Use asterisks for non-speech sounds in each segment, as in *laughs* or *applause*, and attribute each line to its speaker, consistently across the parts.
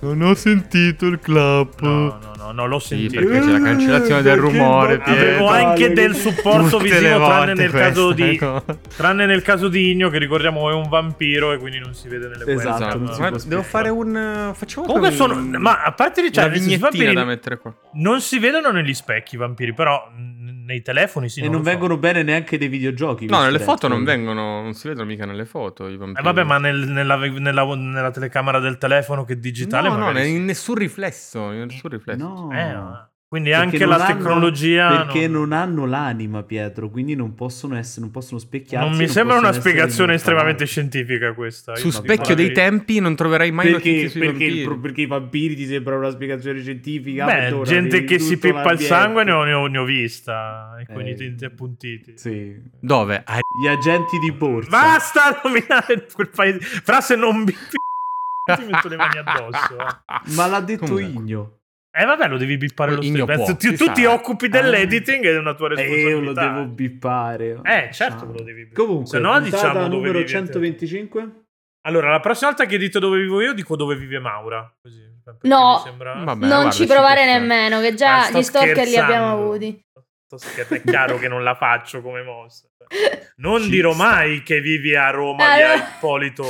Speaker 1: Non ho sentito il clap.
Speaker 2: No, no, no, non l'ho
Speaker 3: Mm. Sì,
Speaker 2: sentito.
Speaker 3: perché c'è la cancellazione del
Speaker 1: Perché
Speaker 3: rumore.
Speaker 1: non-
Speaker 3: Pietro.
Speaker 2: Avevo anche del supporto
Speaker 3: *laughs* Tutte le
Speaker 2: visivo,
Speaker 3: volte
Speaker 2: tranne
Speaker 3: ecco.
Speaker 2: nel,
Speaker 3: questa
Speaker 2: caso di,
Speaker 3: cosa.
Speaker 2: tranne nel caso di Igno, che ricordiamo è un vampiro e quindi non si vede nelle
Speaker 4: Esatto,
Speaker 2: webcam.
Speaker 4: non si
Speaker 3: Ma devo
Speaker 4: può spiegare.
Speaker 3: fare un. eh, Facciamo
Speaker 2: Comunque
Speaker 3: un-
Speaker 2: sono. Ma a parte di
Speaker 3: una
Speaker 2: cioè, i
Speaker 3: vignettina
Speaker 2: vampiri
Speaker 3: da mettere qua.
Speaker 2: non si vedono negli specchi i vampiri, però mh, nei telefoni sì.
Speaker 4: e
Speaker 2: lo
Speaker 4: non
Speaker 2: so.
Speaker 4: vengono bene neanche dei videogiochi.
Speaker 3: No,
Speaker 4: questi
Speaker 3: nelle
Speaker 4: dentro.
Speaker 3: foto non vengono, non si vedono mica nelle foto i
Speaker 2: Eh,
Speaker 3: vampiri.
Speaker 2: vabbè, ma nel- nella, nella- nella telecamera del telefono che è digitale.
Speaker 3: No, no,
Speaker 2: magari
Speaker 3: ne-
Speaker 2: sì.
Speaker 3: nessun riflesso, nessun riflesso.
Speaker 4: No.
Speaker 2: Eh, no. Quindi
Speaker 4: Perché
Speaker 2: anche
Speaker 4: non
Speaker 2: la
Speaker 4: hanno-
Speaker 2: tecnologia.
Speaker 4: perché non... hanno l'anima, Pietro, quindi non possono essere, non possono specchiarsi.
Speaker 2: non mi sembra
Speaker 4: possono
Speaker 2: una
Speaker 4: essere
Speaker 2: spiegazione
Speaker 4: immortali.
Speaker 2: estremamente scientifica questa. Io
Speaker 3: Su
Speaker 2: non
Speaker 3: specchio dei
Speaker 2: parlerei-
Speaker 3: tempi non troverai mai notizie
Speaker 4: Perché,
Speaker 3: sui
Speaker 4: perché,
Speaker 3: vampiri.
Speaker 4: il pro- perché i vampiri ti sembra una spiegazione scientifica?
Speaker 2: Beh,
Speaker 4: Madonna,
Speaker 2: gente
Speaker 4: vedi
Speaker 2: che si
Speaker 4: tutto
Speaker 2: pippa il
Speaker 4: l'ambiente.
Speaker 2: sangue ne ho, ne ho- ne ho vista. E con
Speaker 4: Eh.
Speaker 2: i denti appuntiti.
Speaker 4: Sì.
Speaker 3: Dove? Ah,
Speaker 4: Gli agenti di borsa.
Speaker 2: Basta nominare quel paese. Fra se non mi *laughs* ti metto le
Speaker 3: *laughs*
Speaker 2: mani addosso. eh.
Speaker 4: Ma l'ha detto
Speaker 3: Comunque.
Speaker 4: Igno.
Speaker 2: Eh vabbè, lo devi bippare lo
Speaker 3: Igno
Speaker 2: stesso.
Speaker 3: può,
Speaker 2: Cazzo, Tu,
Speaker 3: si
Speaker 2: tu
Speaker 3: sa.
Speaker 2: ti occupi dell'editing ed è una tua
Speaker 4: E eh. io lo
Speaker 2: responsabilità.
Speaker 4: devo bippare.
Speaker 2: Eh, certo che lo devi bippare.
Speaker 4: Comunque,
Speaker 2: Se no,
Speaker 4: puntata
Speaker 2: diciamo dove
Speaker 4: numero
Speaker 2: vivi te.
Speaker 4: 125.
Speaker 2: Allora, la prossima volta che dite dove vivo io, dico dove vive Maura. Così, perché
Speaker 5: No.
Speaker 2: mi sembra-
Speaker 3: Vabbè,
Speaker 5: non
Speaker 3: guarda,
Speaker 5: ci
Speaker 3: può
Speaker 5: provare
Speaker 3: stare.
Speaker 5: nemmeno, che
Speaker 2: Ma
Speaker 5: già
Speaker 2: Ah, sto
Speaker 5: gli stalker li
Speaker 2: scherzando.
Speaker 5: abbiamo avuti.
Speaker 2: Sto scherzando, È chiaro che non la faccio come
Speaker 5: *laughs*
Speaker 2: mossa. Non dirò mai che vivi a Roma,
Speaker 5: Ah,
Speaker 2: via
Speaker 5: no.
Speaker 2: Ippolito.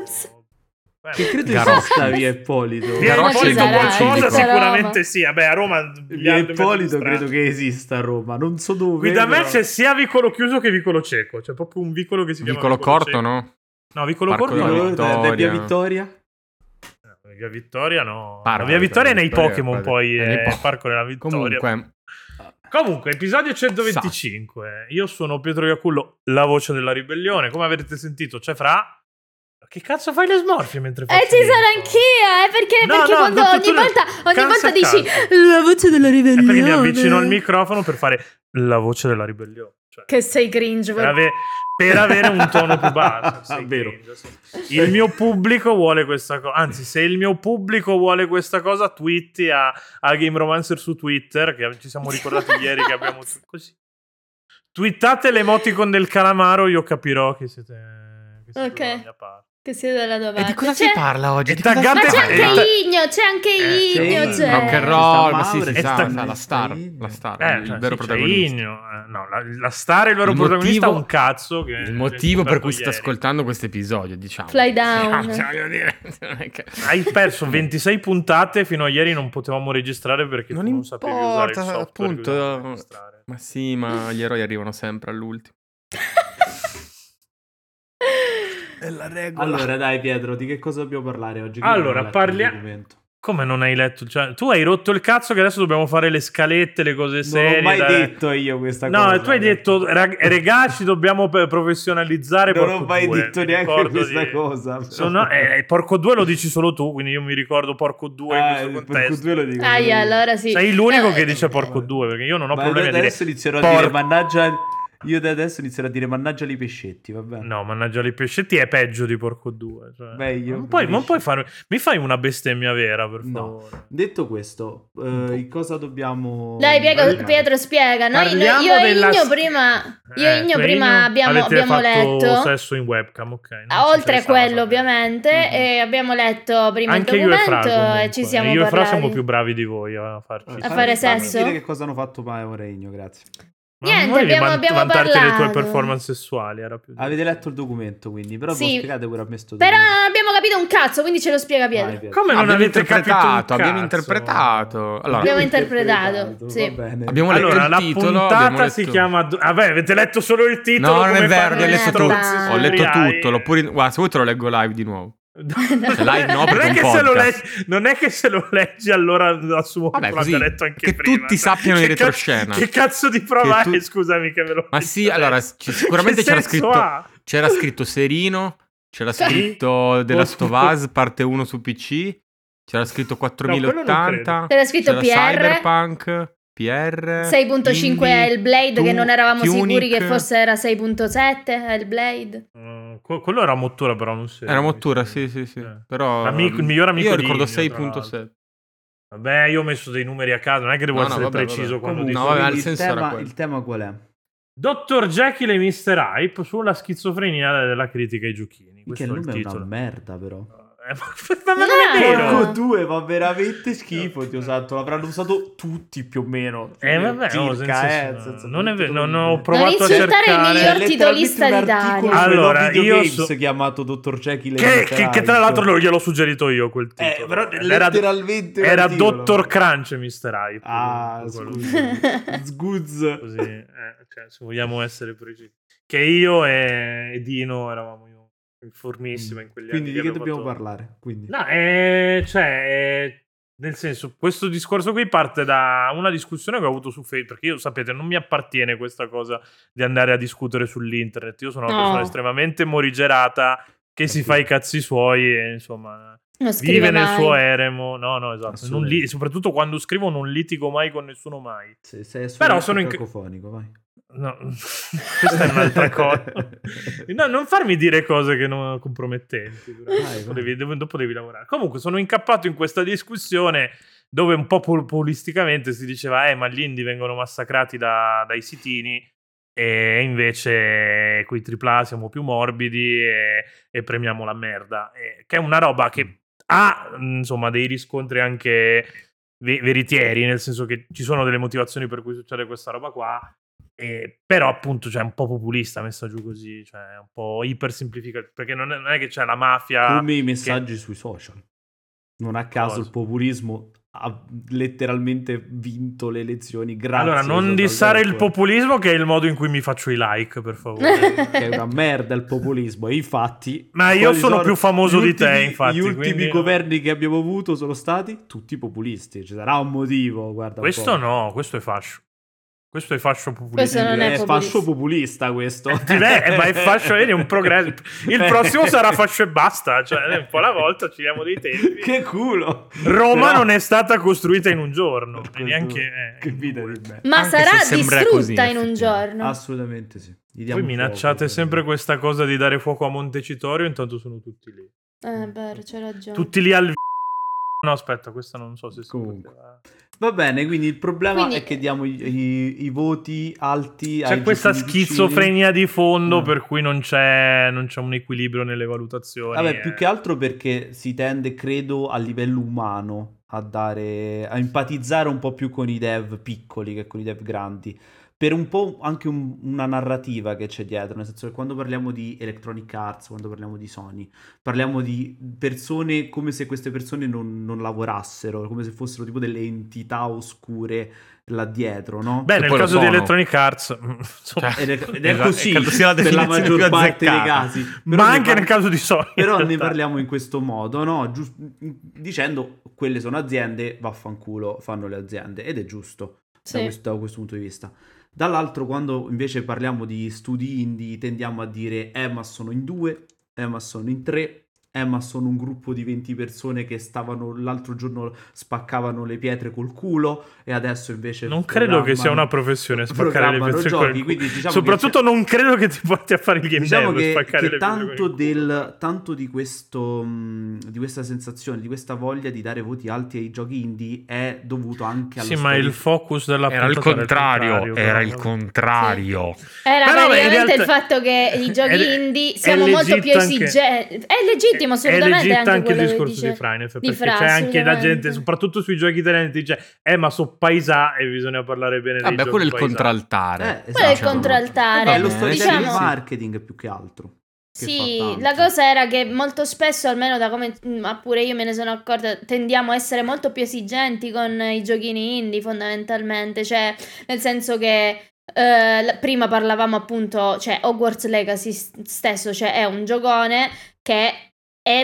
Speaker 2: Beh,
Speaker 4: Che credo
Speaker 3: Garoffi.
Speaker 4: sia sta via Ippolito.
Speaker 2: Via
Speaker 3: Garoffi
Speaker 2: Ippolito
Speaker 3: sarà,
Speaker 2: qualcosa
Speaker 3: Ippolito.
Speaker 2: sicuramente sì. Vabbè, a Roma
Speaker 4: Via
Speaker 2: miliardo e mezzo di
Speaker 4: Ippolito
Speaker 2: strade.
Speaker 4: credo che esista a Roma, non so dove.
Speaker 2: Qui da me
Speaker 4: però-
Speaker 2: c'è sia vicolo chiuso che vicolo cieco. C'è proprio cioè, un vicolo che si chiama
Speaker 3: Vicolo corto,
Speaker 2: cieco.
Speaker 3: no?
Speaker 2: No, vicolo
Speaker 3: Parco
Speaker 2: corto
Speaker 3: della
Speaker 2: no.
Speaker 4: Allora, da- da via
Speaker 3: Vittoria.
Speaker 4: Vittoria.
Speaker 2: No, Via Vittoria no.
Speaker 3: Parco
Speaker 2: via Vittoria è nei
Speaker 3: Vittoria,
Speaker 2: Pokémon,
Speaker 3: guarda,
Speaker 2: poi
Speaker 3: è nei
Speaker 2: è
Speaker 3: Po-
Speaker 2: Parco della Vittoria.
Speaker 3: Comunque,
Speaker 2: Comunque, episodio 125. Io sono Pietro Iacullo, la voce della ribellione. Come avete sentito, c'è Fra. Che cazzo fai le smorfie mentre
Speaker 5: E
Speaker 2: faccio
Speaker 5: ci
Speaker 2: questo?
Speaker 5: sono anch'io, eh, perché,
Speaker 2: No,
Speaker 5: perché
Speaker 2: no,
Speaker 5: quando
Speaker 2: tu- tu-
Speaker 5: ogni
Speaker 2: tu-
Speaker 5: volta, ogni
Speaker 2: cazzo
Speaker 5: volta
Speaker 2: a
Speaker 5: dici
Speaker 2: caso.
Speaker 5: la voce della
Speaker 2: È
Speaker 5: ribellione.
Speaker 2: perché mi avvicino al microfono per fare la voce della ribellione. Cioè,
Speaker 5: Che sei cringe,
Speaker 2: per,
Speaker 5: per...
Speaker 2: ave- per avere un tono più basso. sei
Speaker 4: Vero.
Speaker 2: cringe, sì. Il mio pubblico vuole questa cosa. Anzi, se il mio pubblico vuole questa cosa, twitti a, a Game Romancer su Twitter, che ci siamo
Speaker 3: *laughs*
Speaker 2: ricordati ieri che abbiamo così. Twittate l'emoticon del calamaro, io capirò che siete, che siete
Speaker 5: Ok.
Speaker 2: dalla mia parte.
Speaker 5: Che sei dalla tua
Speaker 3: e
Speaker 5: parte.
Speaker 3: di cosa si
Speaker 5: Eh, C'è-
Speaker 3: parla oggi?
Speaker 2: E
Speaker 3: Di cosa si
Speaker 5: Ma
Speaker 2: taggate-
Speaker 5: c'è
Speaker 3: parla?
Speaker 2: Eh,
Speaker 5: anche Igno, c'è anche cioè.
Speaker 4: Eh,
Speaker 5: Igno,
Speaker 4: sì,
Speaker 5: c'è.
Speaker 3: rock and
Speaker 4: Ci
Speaker 3: roll,
Speaker 4: sta
Speaker 3: ma sì,
Speaker 4: Mauro,
Speaker 3: si
Speaker 2: ci
Speaker 3: sa,
Speaker 2: sta
Speaker 3: sa, la star,
Speaker 4: Mauro.
Speaker 3: la star,
Speaker 2: Eh,
Speaker 3: Ah, il
Speaker 2: cioè,
Speaker 3: vero
Speaker 2: sì, c'è
Speaker 3: protagonista.
Speaker 2: Igno, eh, no, la, la star è il vero
Speaker 3: Il
Speaker 2: protagonista,
Speaker 3: motivo-
Speaker 2: un cazzo. Che
Speaker 3: Il motivo per cui stai
Speaker 2: stai
Speaker 3: ascoltando questo episodio, diciamo.
Speaker 5: Fly down.
Speaker 3: *laughs* Cioè, voglio dire, non è che-
Speaker 2: Hai perso 26 puntate fino a ieri non potevamo registrare perché
Speaker 3: Non
Speaker 2: tu non sapevi usare il
Speaker 3: importa,
Speaker 2: software
Speaker 3: appunto.
Speaker 2: che usiamo per registrare.
Speaker 3: Ma sì, ma gli eroi arrivano sempre all'ultimo. È la regola.
Speaker 4: Eh, Allora, dai, Pietro, di che cosa dobbiamo parlare oggi? Che
Speaker 2: Ecco Allora,
Speaker 4: non ho letto il
Speaker 2: parlia-
Speaker 4: documento.
Speaker 2: Come non hai letto? Cioè, tu hai rotto il cazzo che adesso dobbiamo fare le scalette, le cose serie.
Speaker 4: Non l'ho mai
Speaker 2: da-
Speaker 4: detto io questa
Speaker 2: No,
Speaker 4: cosa.
Speaker 2: tu hai detto, eh, rag- regà, ci dobbiamo per- professionalizzare.
Speaker 4: Non
Speaker 2: porco
Speaker 4: ho mai
Speaker 2: due".
Speaker 4: detto
Speaker 2: Mi
Speaker 4: neanche
Speaker 2: ricordo
Speaker 4: questa
Speaker 2: di-
Speaker 4: cosa. però.
Speaker 2: Sono- eh, porco 2 lo dici solo tu, quindi io mi ricordo porco
Speaker 4: *laughs*
Speaker 2: 2
Speaker 4: Ah,
Speaker 2: in questo
Speaker 4: per
Speaker 2: contesto.
Speaker 4: cui lo dico.
Speaker 5: Aia, allora sì.
Speaker 2: Sei l'unico
Speaker 5: Eh,
Speaker 2: che dice porco 2 perché io non ho
Speaker 4: Ma
Speaker 2: problemi a
Speaker 4: da
Speaker 2: dire
Speaker 4: adesso inizierò a
Speaker 2: porco.
Speaker 4: dire mannaggia. Io da adesso inizierò a dire mannaggia li pescetti, va bene.
Speaker 2: No, mannaggia i pescetti è peggio di porco cioè. 2.
Speaker 4: Meglio,
Speaker 2: Non puoi, non
Speaker 4: capisci?
Speaker 2: puoi fare- Mi fai una bestemmia vera, per
Speaker 4: No.
Speaker 2: favore.
Speaker 4: Detto questo, eh,
Speaker 2: Boh.
Speaker 4: in cosa dobbiamo
Speaker 5: Dai, Pietro,
Speaker 4: parlare?
Speaker 5: Pietro, spiega. Noi, noi-
Speaker 2: Parliamo
Speaker 5: io e
Speaker 2: della-
Speaker 5: Igno prima, io
Speaker 2: Eh,
Speaker 5: e Igno
Speaker 2: tu e
Speaker 5: prima
Speaker 2: Igno
Speaker 5: abbiamo,
Speaker 2: avete
Speaker 5: abbiamo
Speaker 2: fatto
Speaker 5: letto.
Speaker 2: sesso in webcam, ok. non
Speaker 5: Ah,
Speaker 2: ci
Speaker 5: Oltre a
Speaker 2: interessava
Speaker 5: quello,
Speaker 2: sapere.
Speaker 5: ovviamente, e abbiamo letto prima
Speaker 2: Anche
Speaker 5: il
Speaker 2: io e Fra,
Speaker 5: documento
Speaker 2: comunque.
Speaker 5: e eh, ci siamo
Speaker 2: Io e Fra
Speaker 5: parlati.
Speaker 2: siamo più bravi di voi a farci...
Speaker 4: Eh,
Speaker 5: A
Speaker 4: fammi-
Speaker 5: fare
Speaker 4: fammi
Speaker 5: sesso?
Speaker 4: dire che cosa hanno fatto Mauro e Regno, grazie.
Speaker 2: Ma
Speaker 5: Niente,
Speaker 2: volevi
Speaker 5: abbiamo-
Speaker 2: van-
Speaker 5: abbiamo
Speaker 2: vantarti le tue
Speaker 5: parlato.
Speaker 2: performance sessuali, era più...
Speaker 4: Avete letto il documento, quindi, però
Speaker 5: Sì.
Speaker 4: voi spiegate pure a me sto
Speaker 5: Però
Speaker 4: documento.
Speaker 5: non abbiamo capito un cazzo, quindi ce lo spiega Pietro.
Speaker 4: Vai, Pietro.
Speaker 2: Come non
Speaker 3: abbiamo
Speaker 2: avete capito
Speaker 3: interpretato,
Speaker 2: un
Speaker 3: abbiamo
Speaker 2: cazzo?
Speaker 3: interpretato. Allora,
Speaker 5: Abbiamo interpretato, sì.
Speaker 4: va bene.
Speaker 3: abbiamo letto
Speaker 2: Allora,
Speaker 3: il
Speaker 2: la
Speaker 3: titolo, abbiamo
Speaker 2: puntata
Speaker 3: letto-
Speaker 2: si chiama... Do- Vabbè, avete letto solo il titolo?
Speaker 3: No, non
Speaker 2: come
Speaker 3: è vero,
Speaker 2: fanno
Speaker 3: ne ho
Speaker 5: gli
Speaker 3: letto tutto.
Speaker 5: stronzi
Speaker 2: stronzi
Speaker 3: Ho letto
Speaker 2: suriai.
Speaker 3: tutto, l'ho pure... Guarda, se vuoi te lo leggo live di nuovo.
Speaker 2: Dai,
Speaker 3: live no,
Speaker 2: Cioè, non,
Speaker 3: perché
Speaker 2: è
Speaker 3: è
Speaker 2: che
Speaker 3: un
Speaker 2: se lo
Speaker 3: podcast.
Speaker 2: leggi, non è che se lo leggi allora assumo
Speaker 3: Vabbè,
Speaker 2: che
Speaker 3: così,
Speaker 2: l'abbiamo letto anche
Speaker 3: che
Speaker 2: prima.
Speaker 3: tutti sappiano
Speaker 2: Che
Speaker 3: di
Speaker 2: ca-
Speaker 3: retroscena.
Speaker 2: Che cazzo di prova
Speaker 3: Che tu-
Speaker 2: è? Scusami che ve lo
Speaker 3: Ma sì, allora, c- sicuramente c'era scritto- C'era scritto Serino, c'era
Speaker 5: Sì.
Speaker 3: scritto The Last of
Speaker 2: Posso-
Speaker 3: Us parte 1 su PC, c'era scritto 4080,
Speaker 5: C'era scritto
Speaker 3: c'era
Speaker 5: PR
Speaker 3: Cyberpunk, PR
Speaker 5: 6.5
Speaker 3: Indie,
Speaker 5: Hellblade che
Speaker 3: Tu-
Speaker 5: non eravamo sicuri
Speaker 3: Tunic.
Speaker 5: che forse era 6.7 Hellblade.
Speaker 2: Mm, quello era Mottura, però non si
Speaker 3: Era Mottura, sì, sì, sì.
Speaker 2: Eh.
Speaker 3: Però
Speaker 2: Amico- il miglior amico
Speaker 3: Io
Speaker 2: di
Speaker 3: ricordo
Speaker 2: Igno, tra l'altro.
Speaker 3: 6.7.
Speaker 2: Vabbè, io ho messo dei numeri a caso, non è che devo
Speaker 3: No, no,
Speaker 2: essere
Speaker 3: vabbè,
Speaker 2: preciso
Speaker 3: vabbè.
Speaker 2: quando
Speaker 4: Comunque,
Speaker 3: No,
Speaker 2: dico.
Speaker 3: vabbè,
Speaker 4: quindi
Speaker 3: al
Speaker 4: il,
Speaker 3: senso era
Speaker 4: tema,
Speaker 3: quello.
Speaker 4: il tema qual è?
Speaker 2: Dottor Jekyll e Mr. Hype sulla schizofrenia della critica ai giochini.
Speaker 4: Che
Speaker 2: Questo
Speaker 4: il
Speaker 2: è il
Speaker 4: nome è una
Speaker 2: titolo.
Speaker 4: merda, però.
Speaker 2: Eh, *laughs* ma ma non è
Speaker 5: Eh, No.
Speaker 2: vero.
Speaker 5: Porco
Speaker 4: Porco 2 va veramente schifo. Ti ho usato. L'avranno usato tutti più o meno.
Speaker 2: Eh, vabbè, no, senza-
Speaker 4: eh,
Speaker 2: no,
Speaker 4: senza-
Speaker 2: non è vero,
Speaker 4: tutto-
Speaker 2: non ho
Speaker 4: C'è
Speaker 2: provato a
Speaker 5: insultare il
Speaker 2: cercare.
Speaker 5: miglior
Speaker 4: letteralmente
Speaker 5: titolista
Speaker 4: un
Speaker 5: di
Speaker 4: articolo
Speaker 5: Dario.
Speaker 4: sulle
Speaker 2: Allora,
Speaker 4: video
Speaker 2: io
Speaker 4: games
Speaker 2: so-
Speaker 4: chiamato Dottor Jekyll e
Speaker 2: Che, che-
Speaker 4: Mr.
Speaker 2: che tra
Speaker 4: Hyde.
Speaker 2: l'altro lo- gliel'ho suggerito io quel titolo.
Speaker 4: Eh, però
Speaker 2: era
Speaker 4: letteralmente un
Speaker 2: era
Speaker 4: articolo.
Speaker 2: Dottor Crunch e Mr. Hype.
Speaker 4: Ah,
Speaker 2: Quello-
Speaker 4: scusa. Sguzz.
Speaker 2: Così, eh, cioè, se vogliamo essere precisi. Che io e, e Dino eravamo io, informissima in quegli
Speaker 4: Mm. Quindi
Speaker 2: anni.
Speaker 4: di che
Speaker 2: abbiamo
Speaker 4: dobbiamo
Speaker 2: fatto-
Speaker 4: parlare? Quindi.
Speaker 2: No, eh, cioè, eh, nel senso, questo discorso qui parte da una discussione che ho avuto su Facebook, perché io, sapete, non mi appartiene questa cosa di andare a discutere sull'internet. Io sono una
Speaker 5: No.
Speaker 2: persona estremamente morigerata che si
Speaker 4: Anch'io.
Speaker 2: fa i cazzi suoi e, insomma,
Speaker 5: Non
Speaker 2: vive
Speaker 5: scrive
Speaker 2: nel
Speaker 5: mai.
Speaker 2: suo eremo. No, no, esatto. Non li-
Speaker 4: Assolutamente.
Speaker 2: soprattutto quando scrivo non litigo mai con nessuno mai.
Speaker 4: Se, se è
Speaker 2: Però
Speaker 4: solo
Speaker 2: sono in-
Speaker 4: cacofonico, vai.
Speaker 2: No, *laughs* questa è un'altra cosa. No, non farmi dire cose che non compromettenti. però.
Speaker 4: Vai, vai.
Speaker 2: dopo, devi, devo- dopo devi lavorare. Comunque, sono incappato in questa discussione dove un po' pol- populisticamente si diceva: Eh, ma gli indie vengono massacrati da- dai sitini. E invece coi AAA siamo più morbidi e, e premiamo la merda. E- che è una roba che ha mhmm, insomma dei riscontri anche ve- veritieri, nel senso che ci sono delle motivazioni per cui succede questa roba qua. Eh, però appunto cioè, è un po' populista messa giù così, cioè è un po' ipersimplificato, perché non è, non è che c'è la mafia...
Speaker 4: Come i messaggi sui social. Non a caso
Speaker 2: Ah, Cosa?
Speaker 4: il populismo ha letteralmente vinto le elezioni grazie
Speaker 2: allora, non
Speaker 4: ai
Speaker 2: dissare il
Speaker 4: social
Speaker 2: populismo che è il modo in cui mi faccio i like, per
Speaker 4: *laughs*
Speaker 2: favore.
Speaker 4: network, Che è una merda il populismo, e infatti...
Speaker 2: Ma io
Speaker 4: quali
Speaker 2: sono più *laughs* famoso
Speaker 4: gli
Speaker 2: di te,
Speaker 4: ultimi-
Speaker 2: infatti,
Speaker 4: Gli ultimi
Speaker 2: quindi-
Speaker 4: governi che abbiamo avuto sono stati tutti populisti, ci sarà un motivo, guarda un
Speaker 2: questo
Speaker 4: po'.
Speaker 2: no, questo è fascio. Questo è fascio populista.
Speaker 5: Questo non è
Speaker 4: è
Speaker 5: populista.
Speaker 4: fascio
Speaker 2: *laughs*
Speaker 4: populista questo. Eh.
Speaker 2: Beh, eh, ma è fascio, vedi, è un
Speaker 4: *laughs*
Speaker 2: progresso. Il prossimo sarà fascio e basta, cioè un po' alla volta ci diamo dei tempi.
Speaker 4: *laughs* che culo!
Speaker 2: Roma
Speaker 4: Però-
Speaker 2: non è stata costruita in un giorno, e neanche... eh,
Speaker 4: che vita
Speaker 2: in-
Speaker 4: di me.
Speaker 5: Ma
Speaker 3: Anche
Speaker 5: sarà
Speaker 3: se sembra
Speaker 5: distrutta
Speaker 3: così,
Speaker 5: in un
Speaker 3: effettivamente.
Speaker 5: giorno.
Speaker 4: Assolutamente sì. Gli diamo
Speaker 2: Voi
Speaker 4: fuoco,
Speaker 2: minacciate
Speaker 4: per
Speaker 2: sempre
Speaker 4: favore.
Speaker 2: questa cosa di dare fuoco a Montecitorio, intanto sono tutti lì.
Speaker 5: Eh, vero, c'è ragione.
Speaker 2: Tutti lì al... No, aspetta, questa non so se si
Speaker 4: Comunque.
Speaker 2: poteva-
Speaker 4: Va bene, quindi il problema
Speaker 5: Quindi-
Speaker 4: è che diamo i, i- i voti alti ai
Speaker 2: C'è questa
Speaker 4: GPU
Speaker 2: schizofrenia di fondo
Speaker 4: Mm.
Speaker 2: per cui non c'è, non c'è un equilibrio nelle valutazioni.
Speaker 4: Vabbè, più
Speaker 2: eh.
Speaker 4: che altro perché si tende, credo, a livello umano a dare a empatizzare un po' più con i dev piccoli che con i dev grandi. Per un po' anche un- una narrativa che c'è dietro, nel senso che quando parliamo di Electronic Arts, quando parliamo di Sony, parliamo di persone come se queste persone non, non lavorassero, come se fossero tipo delle entità oscure là dietro, no?
Speaker 2: Beh,
Speaker 3: Che
Speaker 2: nel
Speaker 3: poi lo
Speaker 2: caso di
Speaker 3: sono.
Speaker 2: Electronic Arts, *laughs* mm, insomma,
Speaker 4: Ed è, ed è
Speaker 3: Esatto,
Speaker 4: così
Speaker 3: credo sia la
Speaker 4: per la
Speaker 3: definizione più
Speaker 4: maggior parte dei
Speaker 3: azzeccata.
Speaker 4: casi. Però
Speaker 2: ma
Speaker 4: ne
Speaker 2: anche
Speaker 4: par-
Speaker 2: nel caso di Sony.
Speaker 4: Però
Speaker 2: in
Speaker 4: ne
Speaker 2: realtà.
Speaker 4: parliamo in questo modo, no? Gius- dicendo quelle sono aziende, vaffanculo, fanno le aziende. Ed è giusto da,
Speaker 5: Sì.
Speaker 4: questo, da questo punto di vista. Dall'altro, quando invece parliamo di studi indie, tendiamo a dire, eh, ma sono in due, eh, ma sono in tre, eh, ma sono un gruppo di 20 persone che stavano l'altro giorno spaccavano le pietre col culo e adesso invece...
Speaker 2: Non credo che sia una
Speaker 4: programmano-
Speaker 2: professione spaccare le
Speaker 4: programmano
Speaker 2: pietre
Speaker 4: giochi,
Speaker 2: col-
Speaker 4: quindi diciamo che
Speaker 2: Soprattutto
Speaker 4: c'è-
Speaker 2: non credo che ti porti a fare il game
Speaker 4: Diciamo
Speaker 2: dev,
Speaker 4: che,
Speaker 2: spaccare
Speaker 4: che
Speaker 2: le pietre col
Speaker 4: tanto,
Speaker 2: culo.
Speaker 4: del, tanto di, questo, mh, di questa sensazione, di questa voglia di dare voti alti ai giochi indie è dovuto anche alla
Speaker 2: Sì, ma il focus della
Speaker 3: Era il
Speaker 2: puntata
Speaker 3: contrario, era il
Speaker 2: però.
Speaker 3: contrario.
Speaker 5: Era
Speaker 2: Però, beh, in
Speaker 5: praticamente il
Speaker 2: realtà-
Speaker 5: fatto che i
Speaker 2: *laughs*
Speaker 5: giochi
Speaker 2: È-
Speaker 5: indie
Speaker 2: è
Speaker 5: siamo molto più
Speaker 2: legit anche-
Speaker 5: esigenti. È legittimo,
Speaker 2: è
Speaker 5: assolutamente.
Speaker 2: legit anche il
Speaker 5: quello che
Speaker 2: discorso
Speaker 5: dice-
Speaker 2: di Fra, in effetti,
Speaker 5: di
Speaker 2: perché
Speaker 5: Fra,
Speaker 2: c'è anche la
Speaker 5: assolutamente.
Speaker 2: gente, soprattutto sui giochi italiani, che dice eh ma so paesà e bisogna parlare bene dei
Speaker 3: Vabbè,
Speaker 2: giochi
Speaker 3: quello è il
Speaker 2: paesà.
Speaker 3: contraltare.
Speaker 4: Eh,
Speaker 5: Quello è il
Speaker 4: Diciamo.
Speaker 5: contraltare.
Speaker 4: È lo
Speaker 3: Eh,
Speaker 4: storytelling
Speaker 5: diciamo-
Speaker 4: marketing più che altro. che fa
Speaker 5: Sì,
Speaker 4: tanto.
Speaker 5: la cosa era che molto spesso, almeno da come mm, ma pure io me ne sono accorta, tendiamo a essere molto più esigenti con i giochini indie fondamentalmente, cioè nel senso che eh, la- prima parlavamo appunto, cioè Hogwarts Legacy s- stesso, cioè è un giocone che è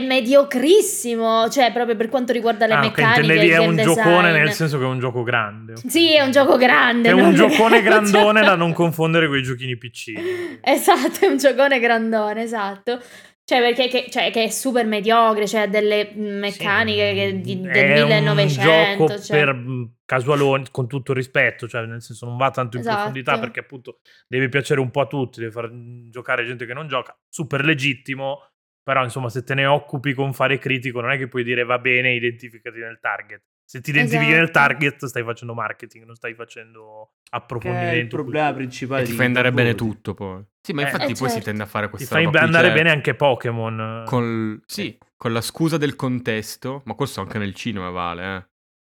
Speaker 5: mediocrissimo, cioè proprio per quanto riguarda le
Speaker 2: Ah, ok,
Speaker 5: meccaniche,
Speaker 2: intendevi
Speaker 5: il
Speaker 2: è
Speaker 5: game
Speaker 2: un giocone
Speaker 5: design.
Speaker 2: nel senso che è un gioco grande.
Speaker 5: Sì, è un gioco grande.
Speaker 2: È un
Speaker 5: non- *laughs*
Speaker 2: giocone grandone
Speaker 5: Cioè-
Speaker 2: da non confondere con i giochini piccini.
Speaker 5: Esatto, è un giocone grandone, esatto. Cioè, perché che, cioè, che è super mediocre, cioè ha delle meccaniche
Speaker 2: Sì. mm,
Speaker 5: che di- del
Speaker 2: È
Speaker 5: 1900.
Speaker 2: Un gioco
Speaker 5: cioè.
Speaker 2: per mh, casualoni, con tutto il rispetto, cioè nel senso non va tanto in
Speaker 5: Esatto.
Speaker 2: profondità perché appunto deve piacere un po' a tutti, deve far mh, giocare gente che non gioca, super legittimo, però insomma se te ne occupi con fare critico non è che puoi dire va bene, identificati nel target. Se ti identifichi
Speaker 5: Esatto.
Speaker 2: nel target stai facendo marketing, non stai facendo
Speaker 4: Che è il
Speaker 2: approfondimento.
Speaker 4: problema principale
Speaker 3: E ti
Speaker 4: di
Speaker 3: fai andare bene
Speaker 4: Interpol.
Speaker 3: tutto poi. Sì, ma
Speaker 2: Eh,
Speaker 3: infatti poi
Speaker 5: eh,
Speaker 3: si
Speaker 5: certo.
Speaker 3: tende a fare
Speaker 2: Ti
Speaker 3: questa
Speaker 2: fai
Speaker 3: roba qui,
Speaker 2: andare
Speaker 3: cioè,
Speaker 2: bene anche Pokémon.
Speaker 3: col- sì, con la scusa del contesto, ma questo anche nel cinema vale, eh.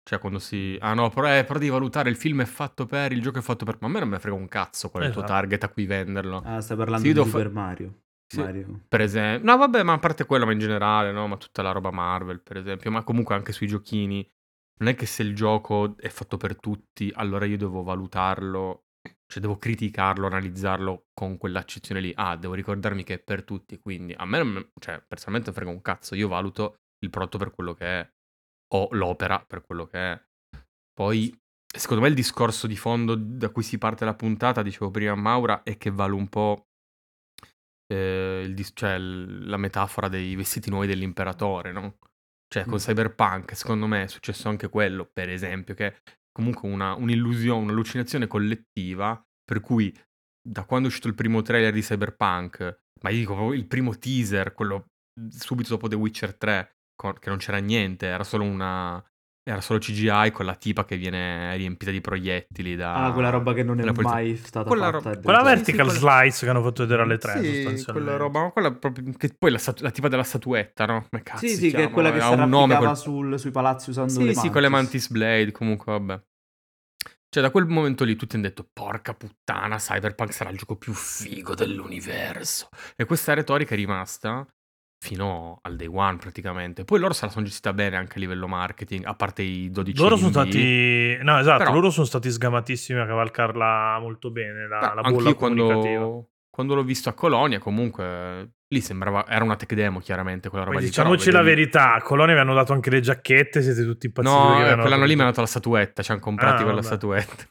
Speaker 3: Cioè quando si... Ah no, però, eh, però devi valutare il film è fatto per, il gioco è fatto per... Ma a me non me ne frega un cazzo qual è il tuo
Speaker 2: Esatto.
Speaker 3: target a cui venderlo.
Speaker 4: Ah, sta parlando
Speaker 3: Sì,
Speaker 4: di
Speaker 3: devo
Speaker 4: Super
Speaker 3: fa-
Speaker 4: Mario.
Speaker 3: Sì.
Speaker 4: Mario.
Speaker 3: Per esempio... No, vabbè, ma a parte quello, ma in generale, no? Ma tutta la roba Marvel, per esempio. Ma comunque anche sui giochini. Non è che se il gioco è fatto per tutti, allora io devo valutarlo, cioè devo criticarlo, analizzarlo con quell'accezione lì. Ah, devo ricordarmi che è per tutti, quindi a me, non me- cioè, personalmente frega un cazzo. Io valuto il prodotto per quello che è, o l'opera per quello che è. Poi, secondo me, il discorso di fondo da cui si parte la puntata, dicevo prima a Maura, è che vale un po' eh, il dis- cioè, l- la metafora dei vestiti nuovi dell'imperatore, no? Cioè, con
Speaker 4: Mm.
Speaker 3: Cyberpunk, secondo me, è successo anche quello, per esempio, che è comunque una- un'illusione, un'allucinazione collettiva, per cui da quando è uscito il primo trailer di Cyberpunk, ma io dico proprio il primo teaser, quello mhmm, subito dopo The Witcher 3, con- che non c'era niente, era solo una... Era solo CGI con la tipa che viene riempita di proiettili da...
Speaker 4: Ah, quella roba che non è
Speaker 3: la polizia-
Speaker 4: mai stata
Speaker 3: Quella
Speaker 4: fatta.
Speaker 3: roba-
Speaker 2: Quella
Speaker 3: Sì, sì,
Speaker 2: vertical
Speaker 3: quella-
Speaker 2: slice che hanno fatto vedere alle tre,
Speaker 3: Sì,
Speaker 2: sostanzialmente.
Speaker 3: quella roba, ma quella proprio... Che poi la, statu- la tipa della statuetta, no? Come cazzo
Speaker 4: Sì,
Speaker 3: si
Speaker 4: sì, che è
Speaker 3: chiama?
Speaker 4: quella che
Speaker 3: Ha
Speaker 4: si
Speaker 3: un nome
Speaker 4: arrampicava
Speaker 3: quel-
Speaker 4: sul- sui palazzi usando
Speaker 3: Sì,
Speaker 4: le
Speaker 3: sì, con le Mantis
Speaker 4: mantis.
Speaker 3: Blade, comunque vabbè. Cioè, da quel momento lì tutti hanno detto, porca puttana, Cyberpunk sarà il gioco più figo dell'universo. E questa retorica è rimasta fino al day one praticamente. Poi loro se la sono gestita bene anche a livello marketing, a parte i 12
Speaker 2: Loro sono
Speaker 3: indie.
Speaker 2: stati. No, esatto,
Speaker 3: Però-
Speaker 2: loro sono stati sgamatissimi a cavalcarla molto bene. La,
Speaker 3: Però
Speaker 2: la
Speaker 3: anche
Speaker 2: bolla
Speaker 3: io
Speaker 2: comunicativa.
Speaker 3: quando, quando l'ho visto a Colonia, comunque lì sembrava era una tech demo, chiaramente quella roba
Speaker 2: Poi
Speaker 3: lì,
Speaker 2: diciamoci
Speaker 3: però
Speaker 2: la
Speaker 3: vedevi-
Speaker 2: verità: a Colonia vi hanno dato anche le giacchette. Siete tutti impazziti. perché vi
Speaker 3: No, eh,
Speaker 2: hanno
Speaker 3: quell'anno lì mi
Speaker 2: dato-
Speaker 3: hanno dato la statuetta, ci hanno comprati
Speaker 2: Ah,
Speaker 3: quella
Speaker 2: vabbè.
Speaker 3: statuetta. *laughs*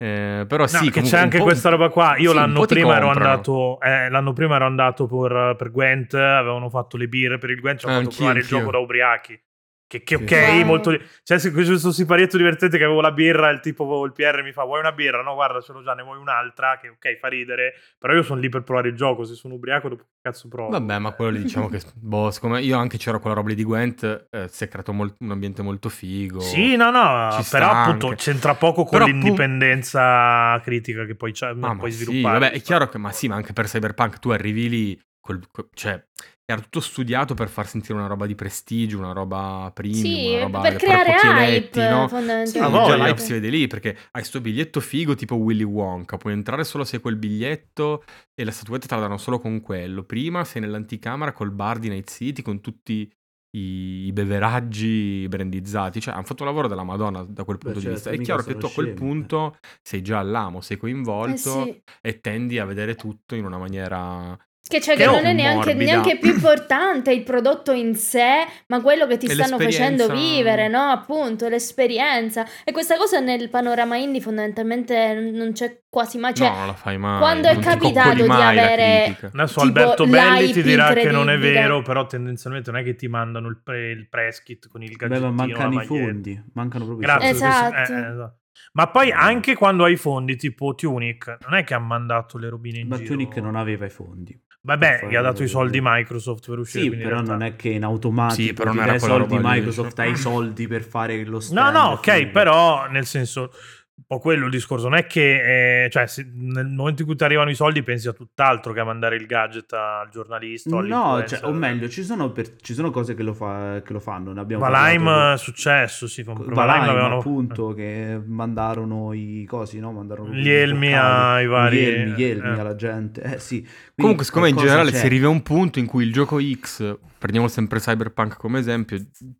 Speaker 3: Eh, però
Speaker 2: No,
Speaker 3: sì,
Speaker 2: che
Speaker 3: comunque
Speaker 2: c'è
Speaker 3: un
Speaker 2: anche
Speaker 3: po'-
Speaker 2: questa roba qua. Io
Speaker 3: sì, un
Speaker 2: l'anno
Speaker 3: po' ti
Speaker 2: prima ero
Speaker 3: comprano.
Speaker 2: andato. eh, l'anno prima ero andato per, per Gwent. Avevano fatto le birre per il Gwent. Ci hanno
Speaker 3: Ah,
Speaker 2: fatto
Speaker 3: anch'io,
Speaker 2: provare il
Speaker 3: anch'io.
Speaker 2: gioco da ubriachi. Che, che
Speaker 3: Sì.
Speaker 2: ok,
Speaker 5: Wow.
Speaker 2: molto. li- Cioè, se- questo siparietto divertente che avevo la birra. Il tipo, il PR mi fa: Vuoi una birra? No, guarda, ce l'ho già, ne vuoi un'altra. Che ok, fa ridere. Però io sono lì per provare il gioco. Se sono ubriaco, dopo che cazzo provo.
Speaker 3: Vabbè, ma quello lì diciamo che boh, siccome io anche c'ero quella roba lì di Gwent, eh, si è creato mol- un ambiente molto figo.
Speaker 2: Sì, no, no,
Speaker 3: Ci sta
Speaker 2: però appunto
Speaker 3: anche.
Speaker 2: c'entra poco con
Speaker 3: Però, appu-
Speaker 2: l'indipendenza critica che poi, c'è,
Speaker 3: Ah, ma
Speaker 2: puoi
Speaker 3: sì,
Speaker 2: sviluppare.
Speaker 3: vabbè, è chiaro che ma sì, ma anche per Cyberpunk tu arrivi lì col- co- cioè era tutto studiato per far sentire una roba di prestigio, una roba premium,
Speaker 5: Sì,
Speaker 3: una roba
Speaker 5: per
Speaker 3: per
Speaker 5: creare
Speaker 3: pochietti,
Speaker 5: hype,
Speaker 3: no? Sì,
Speaker 5: fondamentalmente.
Speaker 2: Ah,
Speaker 3: già
Speaker 2: voglia.
Speaker 3: l'hype si vede lì perché hai sto biglietto figo tipo Willy Wonka, puoi entrare solo se hai quel biglietto e la statuetta te la danno solo con quello. Prima sei nell'anticamera col bar di Night City con tutti i, i beveraggi brandizzati, cioè hanno fatto un lavoro della Madonna da quel punto di
Speaker 4: certo,
Speaker 3: vista. È
Speaker 4: mica
Speaker 3: chiaro che
Speaker 4: sono
Speaker 3: tu a quel
Speaker 4: scemi, eh.
Speaker 3: punto sei già all'amo, sei coinvolto
Speaker 5: Eh sì.
Speaker 3: e tendi a vedere tutto in una maniera
Speaker 5: Che, cioè,
Speaker 2: Che
Speaker 5: che,
Speaker 2: è
Speaker 5: non è neanche,
Speaker 3: morbida.
Speaker 5: neanche più importante il prodotto in sé, ma quello che ti
Speaker 3: E
Speaker 5: stanno facendo
Speaker 3: l'esperienza-
Speaker 5: vivere, no? Appunto, l'esperienza. E questa cosa nel panorama indie fondamentalmente non c'è quasi mai. Cioè,
Speaker 3: no, non la fai mai.
Speaker 5: quando è
Speaker 3: non ti coccoli
Speaker 5: capitato di
Speaker 3: mai la
Speaker 5: avere-
Speaker 3: critica.
Speaker 2: Adesso
Speaker 5: Tipo,
Speaker 2: Alberto Belli ti
Speaker 5: l'hype
Speaker 2: dirà che non è
Speaker 5: incredibile.
Speaker 2: vero, però tendenzialmente non è che ti mandano il, pre- il press kit con il
Speaker 4: Beh,
Speaker 2: gadgettino, la
Speaker 4: ma mancano i
Speaker 2: maglietta.
Speaker 4: fondi. Mancano proprio
Speaker 2: Grazie.
Speaker 4: i fondi.
Speaker 5: Esatto.
Speaker 2: questo- eh, eh, esatto. Ma poi anche quando hai fondi tipo Tunic, non è che ha mandato le robine in
Speaker 4: Ma
Speaker 2: giro.
Speaker 4: Tunic non aveva i fondi.
Speaker 2: Vabbè,
Speaker 4: per
Speaker 2: gli ha dato i
Speaker 4: fare-
Speaker 2: soldi Microsoft per uscire.
Speaker 4: Sì,
Speaker 2: quindi in
Speaker 4: però
Speaker 2: realtà-
Speaker 4: non è che in automatico
Speaker 3: Sì, però
Speaker 4: ti
Speaker 3: non era
Speaker 4: dai
Speaker 3: quella
Speaker 4: soldi
Speaker 3: roba lì,
Speaker 4: Microsoft
Speaker 3: cioè.
Speaker 4: ha i soldi per fare lo
Speaker 2: No,
Speaker 4: stand.
Speaker 2: no, ok,
Speaker 4: figo.
Speaker 2: però nel senso, un po' quello il discorso, non è che, eh, cioè, se- nel momento in cui ti arrivano i soldi pensi a tutt'altro che a mandare il gadget al giornalista. o
Speaker 4: No,
Speaker 2: all'influencer.
Speaker 4: cioè, o meglio, ci sono, per- ci sono cose che lo, fa- che lo fanno. Ne abbiamo
Speaker 2: Valheim
Speaker 4: parlato.
Speaker 2: è successo, sì, fa un problema,
Speaker 4: Valheim,
Speaker 2: l'avevano-
Speaker 4: appunto, che mandarono i cosi, no? Mandarono
Speaker 2: Gli elmi ai vari-
Speaker 4: Gli elmi, gli elmi
Speaker 2: eh.
Speaker 4: alla gente. Eh, sì. Quindi
Speaker 3: Comunque, siccome in
Speaker 4: qualcosa
Speaker 3: generale
Speaker 4: c'è.
Speaker 3: si arriva a un punto in cui il gioco X, prendiamo sempre Cyberpunk come esempio,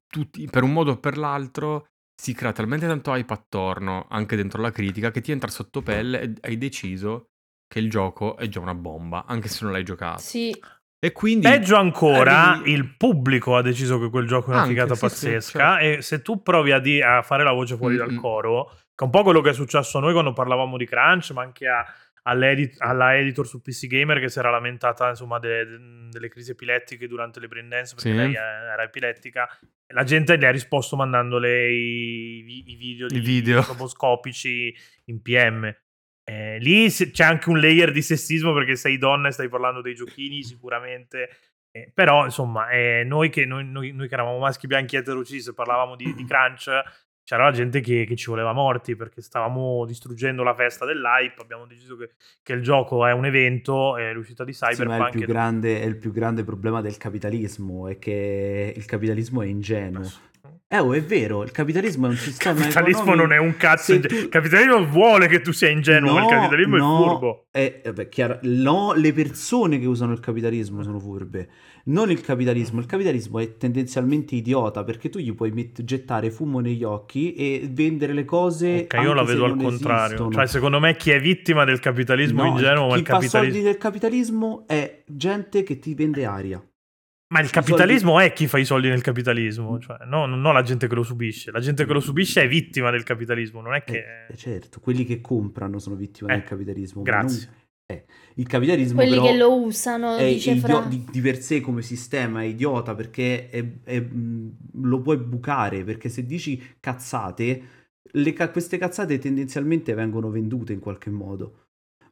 Speaker 3: tutti, per un modo o per l'altro si crea talmente tanto hype attorno, anche dentro la critica, che ti entra sotto pelle e hai deciso che il gioco è già una bomba, anche se non l'hai giocato.
Speaker 5: sì.
Speaker 3: E quindi...
Speaker 2: Peggio ancora,
Speaker 4: eh,
Speaker 3: arrivi-
Speaker 2: il pubblico ha deciso che quel gioco è una
Speaker 3: Anche,
Speaker 2: figata
Speaker 3: sì, sì,
Speaker 2: pazzesca
Speaker 4: certo.
Speaker 2: e se tu provi a, di- a fare la voce fuori
Speaker 4: Mm,
Speaker 2: dal
Speaker 3: Mm-mm.
Speaker 2: coro, che è un po' quello che è successo a noi quando parlavamo di Crunch, ma anche a- all'edit- alla editor su PC Gamer che si era lamentata insomma de- de- delle crisi epilettiche durante le brain dance perché
Speaker 3: Sì.
Speaker 2: lei eh, era epilettica. La gente le ha risposto mandandole i, i- i video di
Speaker 3: I video.
Speaker 2: roboscopici in PM. Eh, lì se- c'è anche un layer di sessismo perché sei donna e stai parlando dei giochini, sicuramente Eh, però, insomma, eh, noi, che, noi, noi- noi che eravamo maschi bianchi eterocis e parlavamo di, di crunch, c'era la gente che, che ci voleva morti perché stavamo distruggendo la festa dell'hype. Abbiamo deciso che, che il gioco è un evento, è l'uscita di
Speaker 4: Sì, ma è il,
Speaker 2: Cyberpunk.
Speaker 4: più grande, è il più grande problema del capitalismo, è che il capitalismo è ingenuo. Eh, oh, è vero, il capitalismo è un
Speaker 2: il
Speaker 4: sistema
Speaker 2: capitalismo non è un cazzo.
Speaker 4: Cioè, se
Speaker 2: ing- Il
Speaker 4: tu-
Speaker 2: capitalismo vuole che tu sia ingenuo. ma il capitalismo è furbo.
Speaker 4: Eh, eh, beh, chiaro- no, le persone che usano il capitalismo sono furbe, non il capitalismo. Il capitalismo è tendenzialmente idiota perché tu gli puoi met- gettare fumo negli occhi e vendere le cose.
Speaker 2: Ok, Ecco, io la
Speaker 4: anche se
Speaker 2: vedo al
Speaker 4: non
Speaker 2: contrario.
Speaker 4: esistono.
Speaker 2: Cioè, secondo me, chi è vittima del capitalismo
Speaker 4: No,
Speaker 2: ingenuo ma
Speaker 4: chi
Speaker 2: il
Speaker 4: fa soldi
Speaker 2: capitalismo.
Speaker 4: del capitalismo è gente che ti vende aria.
Speaker 2: Ma il
Speaker 4: soldi-
Speaker 2: capitalismo è chi fa i soldi nel capitalismo, cioè, no, no, no la gente che lo subisce. La gente che lo subisce è vittima del capitalismo, non è che.
Speaker 4: Eh, certo, quelli che comprano sono vittime
Speaker 2: Eh,
Speaker 4: del capitalismo. ma
Speaker 2: grazie.
Speaker 4: non- eh, il capitalismo
Speaker 5: Quelli
Speaker 4: però,
Speaker 5: che lo usano,
Speaker 4: è
Speaker 5: dice
Speaker 4: idio-
Speaker 5: Fra.
Speaker 4: di, di per sé come sistema è idiota perché è- è- mh, lo puoi bucare perché se dici cazzate, le ca- queste cazzate tendenzialmente vengono vendute in qualche modo.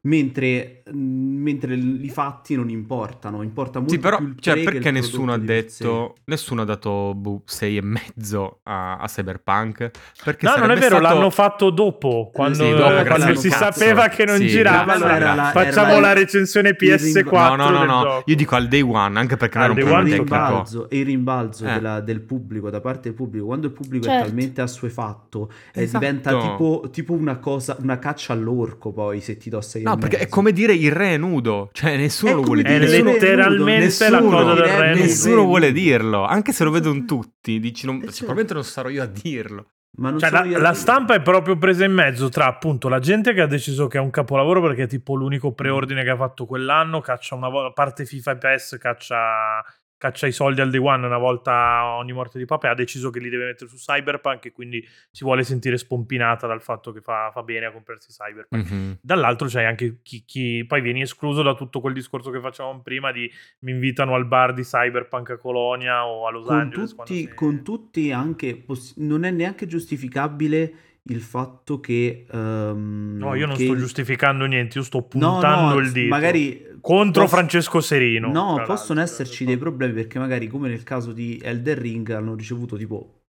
Speaker 4: Mentre, mh, mentre l- i fatti non importano, importa molto
Speaker 3: Sì, però
Speaker 4: più il
Speaker 3: cioè,
Speaker 4: pre che il
Speaker 3: perché nessuno ha
Speaker 4: prodotto di per sé.
Speaker 3: detto, nessuno ha dato 6 e mezzo a, a Cyberpunk? Perché
Speaker 2: No, non è
Speaker 3: sarebbe
Speaker 2: vero,
Speaker 3: stato-
Speaker 2: l'hanno fatto dopo, quando,
Speaker 4: Sì, dopo,
Speaker 2: quando
Speaker 4: grazie al
Speaker 2: si
Speaker 4: cazzo.
Speaker 2: sapeva che non
Speaker 3: Sì,
Speaker 2: girava.
Speaker 3: grazie,
Speaker 2: allora,
Speaker 3: grazie.
Speaker 2: facciamo
Speaker 4: Era-
Speaker 2: la recensione PS4.
Speaker 3: No, no, no,
Speaker 2: del
Speaker 3: no,
Speaker 2: gioco.
Speaker 3: io dico al day one, anche perché
Speaker 2: Al
Speaker 3: non
Speaker 2: day
Speaker 3: era un
Speaker 2: one
Speaker 4: il
Speaker 3: problema tecnico.
Speaker 4: rimbalzo, e il rimbalzo
Speaker 3: Eh.
Speaker 4: della- del pubblico da parte del pubblico quando il pubblico è
Speaker 5: Certo.
Speaker 4: talmente assuefatto e
Speaker 3: Esatto.
Speaker 4: diventa tipo, tipo una cosa una caccia all'orco poi se ti do sei
Speaker 3: No,
Speaker 4: e
Speaker 3: perché è
Speaker 4: mezzo.
Speaker 3: come dire il re nudo, cioè nessuno
Speaker 4: È
Speaker 3: lo
Speaker 4: come
Speaker 3: vuole
Speaker 2: Ecco, È
Speaker 4: dire
Speaker 3: dire.
Speaker 4: il re
Speaker 2: letteralmente
Speaker 4: Nessuno-
Speaker 2: la cosa del
Speaker 4: nessuno-
Speaker 2: re nudo.
Speaker 3: Nessuno vuole
Speaker 4: nudo.
Speaker 3: dirlo, anche se lo vedono tutti, dici, non-
Speaker 4: Eh, certo.
Speaker 3: sicuramente non sarò io a dirlo.
Speaker 4: Ma non
Speaker 2: Cioè,
Speaker 4: sono
Speaker 2: la,
Speaker 4: io-
Speaker 2: la stampa è proprio presa in mezzo tra appunto la gente che ha deciso che è un capolavoro perché è tipo l'unico preordine che ha fatto quell'anno, caccia una vo- parte FIFA e PES, caccia, caccia i soldi al day one una volta ogni morte di papà, ha deciso che li deve mettere su Cyberpunk e quindi si vuole sentire spompinata dal fatto che fa, fa bene a comprarsi Cyberpunk
Speaker 4: Mhm.
Speaker 2: dall'altro c'è anche chi, chi- poi vieni escluso da tutto quel discorso che facevamo prima di mi invitano al bar di Cyberpunk a Colonia o a Los
Speaker 4: con
Speaker 2: Angeles quando
Speaker 4: tutti,
Speaker 2: sei-
Speaker 4: con tutti anche poss- non è neanche giustificabile il fatto che ehm,
Speaker 2: no io non
Speaker 4: che-
Speaker 2: sto giustificando niente io sto
Speaker 4: no,
Speaker 2: puntando
Speaker 4: no,
Speaker 2: il dito
Speaker 4: magari
Speaker 2: contro
Speaker 4: posso-
Speaker 2: Francesco Serino
Speaker 4: No,
Speaker 2: tra
Speaker 4: possono
Speaker 2: l'altro. eh,
Speaker 4: esserci dei problemi perché magari come nel caso di Elden Ring hanno ricevuto tipo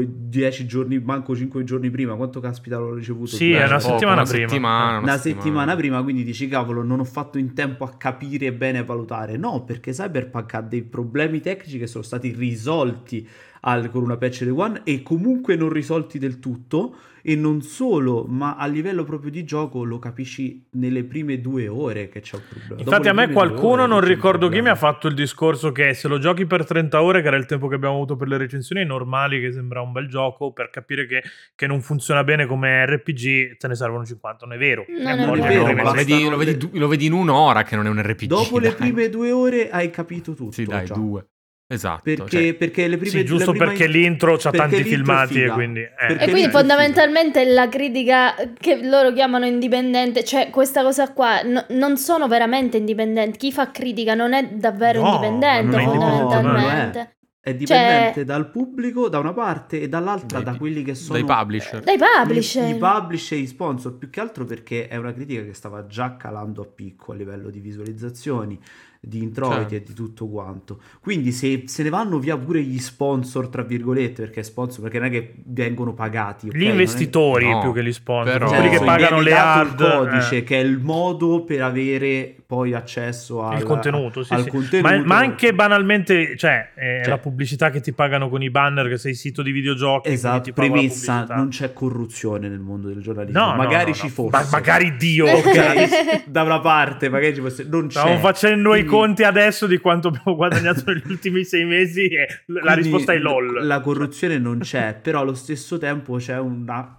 Speaker 4: 10 giorni, manco 5 giorni prima, quanto caspita l'ho ricevuto?
Speaker 2: Sì,
Speaker 4: Beh,
Speaker 2: è una
Speaker 4: poco.
Speaker 2: settimana
Speaker 3: Ah, una
Speaker 2: prima.
Speaker 3: Settimana,
Speaker 4: Una settimana prima, quindi dici cavolo, non ho fatto in tempo a capire bene e a valutare. No, perché Cyberpunk ha dei problemi tecnici che sono stati risolti al- con una patch day one e comunque non risolti del tutto. E non solo, ma a livello proprio di gioco lo capisci nelle prime due ore che c'è un problema. Dopo
Speaker 2: Infatti
Speaker 4: le
Speaker 2: a me
Speaker 4: prime due
Speaker 2: qualcuno,
Speaker 4: ore
Speaker 2: non
Speaker 4: che c'è un
Speaker 2: ricordo chi, mi
Speaker 4: problema.
Speaker 2: ha fatto il discorso che se lo giochi per 30 ore, che era il tempo che abbiamo avuto per le recensioni è normali, che sembra un bel gioco, per capire che, che non funziona bene come RPG, te ne servono 50. Non è vero.
Speaker 5: Non
Speaker 2: Eh,
Speaker 5: è
Speaker 2: voglio-
Speaker 4: vero,
Speaker 2: voglio-
Speaker 4: ma-
Speaker 3: lo, vedi,
Speaker 4: bastano
Speaker 3: lo vedi
Speaker 4: le-
Speaker 3: du- lo vedi in un'ora che non è un RPG.
Speaker 4: Dopo le
Speaker 3: dai.
Speaker 4: prime due ore hai capito
Speaker 3: *laughs*
Speaker 4: tutto.
Speaker 3: Sì, dai,
Speaker 4: già.
Speaker 3: due. Esatto.
Speaker 4: Perché,
Speaker 3: cioè,
Speaker 4: perché le prime
Speaker 2: Sì, giusto
Speaker 4: la prima-
Speaker 2: perché l'intro c'ha
Speaker 4: perché
Speaker 2: tanti
Speaker 4: l'intro è
Speaker 2: filmati e
Speaker 4: figa.
Speaker 2: quindi... eh.
Speaker 4: Perché
Speaker 5: E quindi
Speaker 4: lì-
Speaker 5: fondamentalmente la critica che loro chiamano indipendente, cioè questa cosa qua, no- non sono veramente indipendenti. Chi fa critica non è davvero
Speaker 2: No,
Speaker 5: indipendente
Speaker 2: non è indipendente,
Speaker 5: fondamentalmente.
Speaker 4: È dipendente
Speaker 5: Cioè-
Speaker 4: dal pubblico da una parte e dall'altra
Speaker 3: Dai-
Speaker 4: da quelli che sono
Speaker 3: dai publisher.
Speaker 5: Dai publisher.
Speaker 4: I, i publisher e i sponsor, più che altro perché è una critica che stava già calando a picco a livello di visualizzazioni, di introiti
Speaker 3: Certo.
Speaker 4: e di tutto quanto. Quindi se se ne vanno via pure gli sponsor, tra virgolette, perché sponsor, perché non è che vengono pagati. ok?
Speaker 2: Gli
Speaker 4: Non è-
Speaker 2: investitori
Speaker 3: No,
Speaker 2: più che gli sponsor,
Speaker 3: però-
Speaker 2: quelli che
Speaker 3: Cioè,
Speaker 2: pagano
Speaker 4: viene
Speaker 2: le
Speaker 4: dato
Speaker 2: hard,
Speaker 4: il codice
Speaker 2: eh,
Speaker 4: che è il modo per avere poi accesso al
Speaker 2: il contenuto, sì,
Speaker 4: al
Speaker 2: sì.
Speaker 4: contenuto.
Speaker 2: Ma, ma anche banalmente, cioè, eh,
Speaker 4: Cioè-
Speaker 2: la pubblicità che ti pagano con i banner, che sei sito di videogiochi, quindi
Speaker 4: esatto,
Speaker 2: ti pago la
Speaker 4: premessa,
Speaker 2: pubblicità.
Speaker 4: non c'è corruzione nel mondo del giornalismo. magari
Speaker 2: no, no.
Speaker 4: ci fosse.
Speaker 2: Ma- magari Dio.
Speaker 4: *laughs*
Speaker 5: Ok.
Speaker 4: Ok, da una parte, magari ci fosse, non c'è.
Speaker 2: Stiamo facendo i
Speaker 4: Quindi-
Speaker 2: conti adesso di quanto abbiamo guadagnato *laughs* negli ultimi sei mesi e l- la
Speaker 4: quindi
Speaker 2: risposta è LOL.
Speaker 4: La corruzione non
Speaker 2: *laughs*
Speaker 4: c'è, però allo stesso tempo c'è una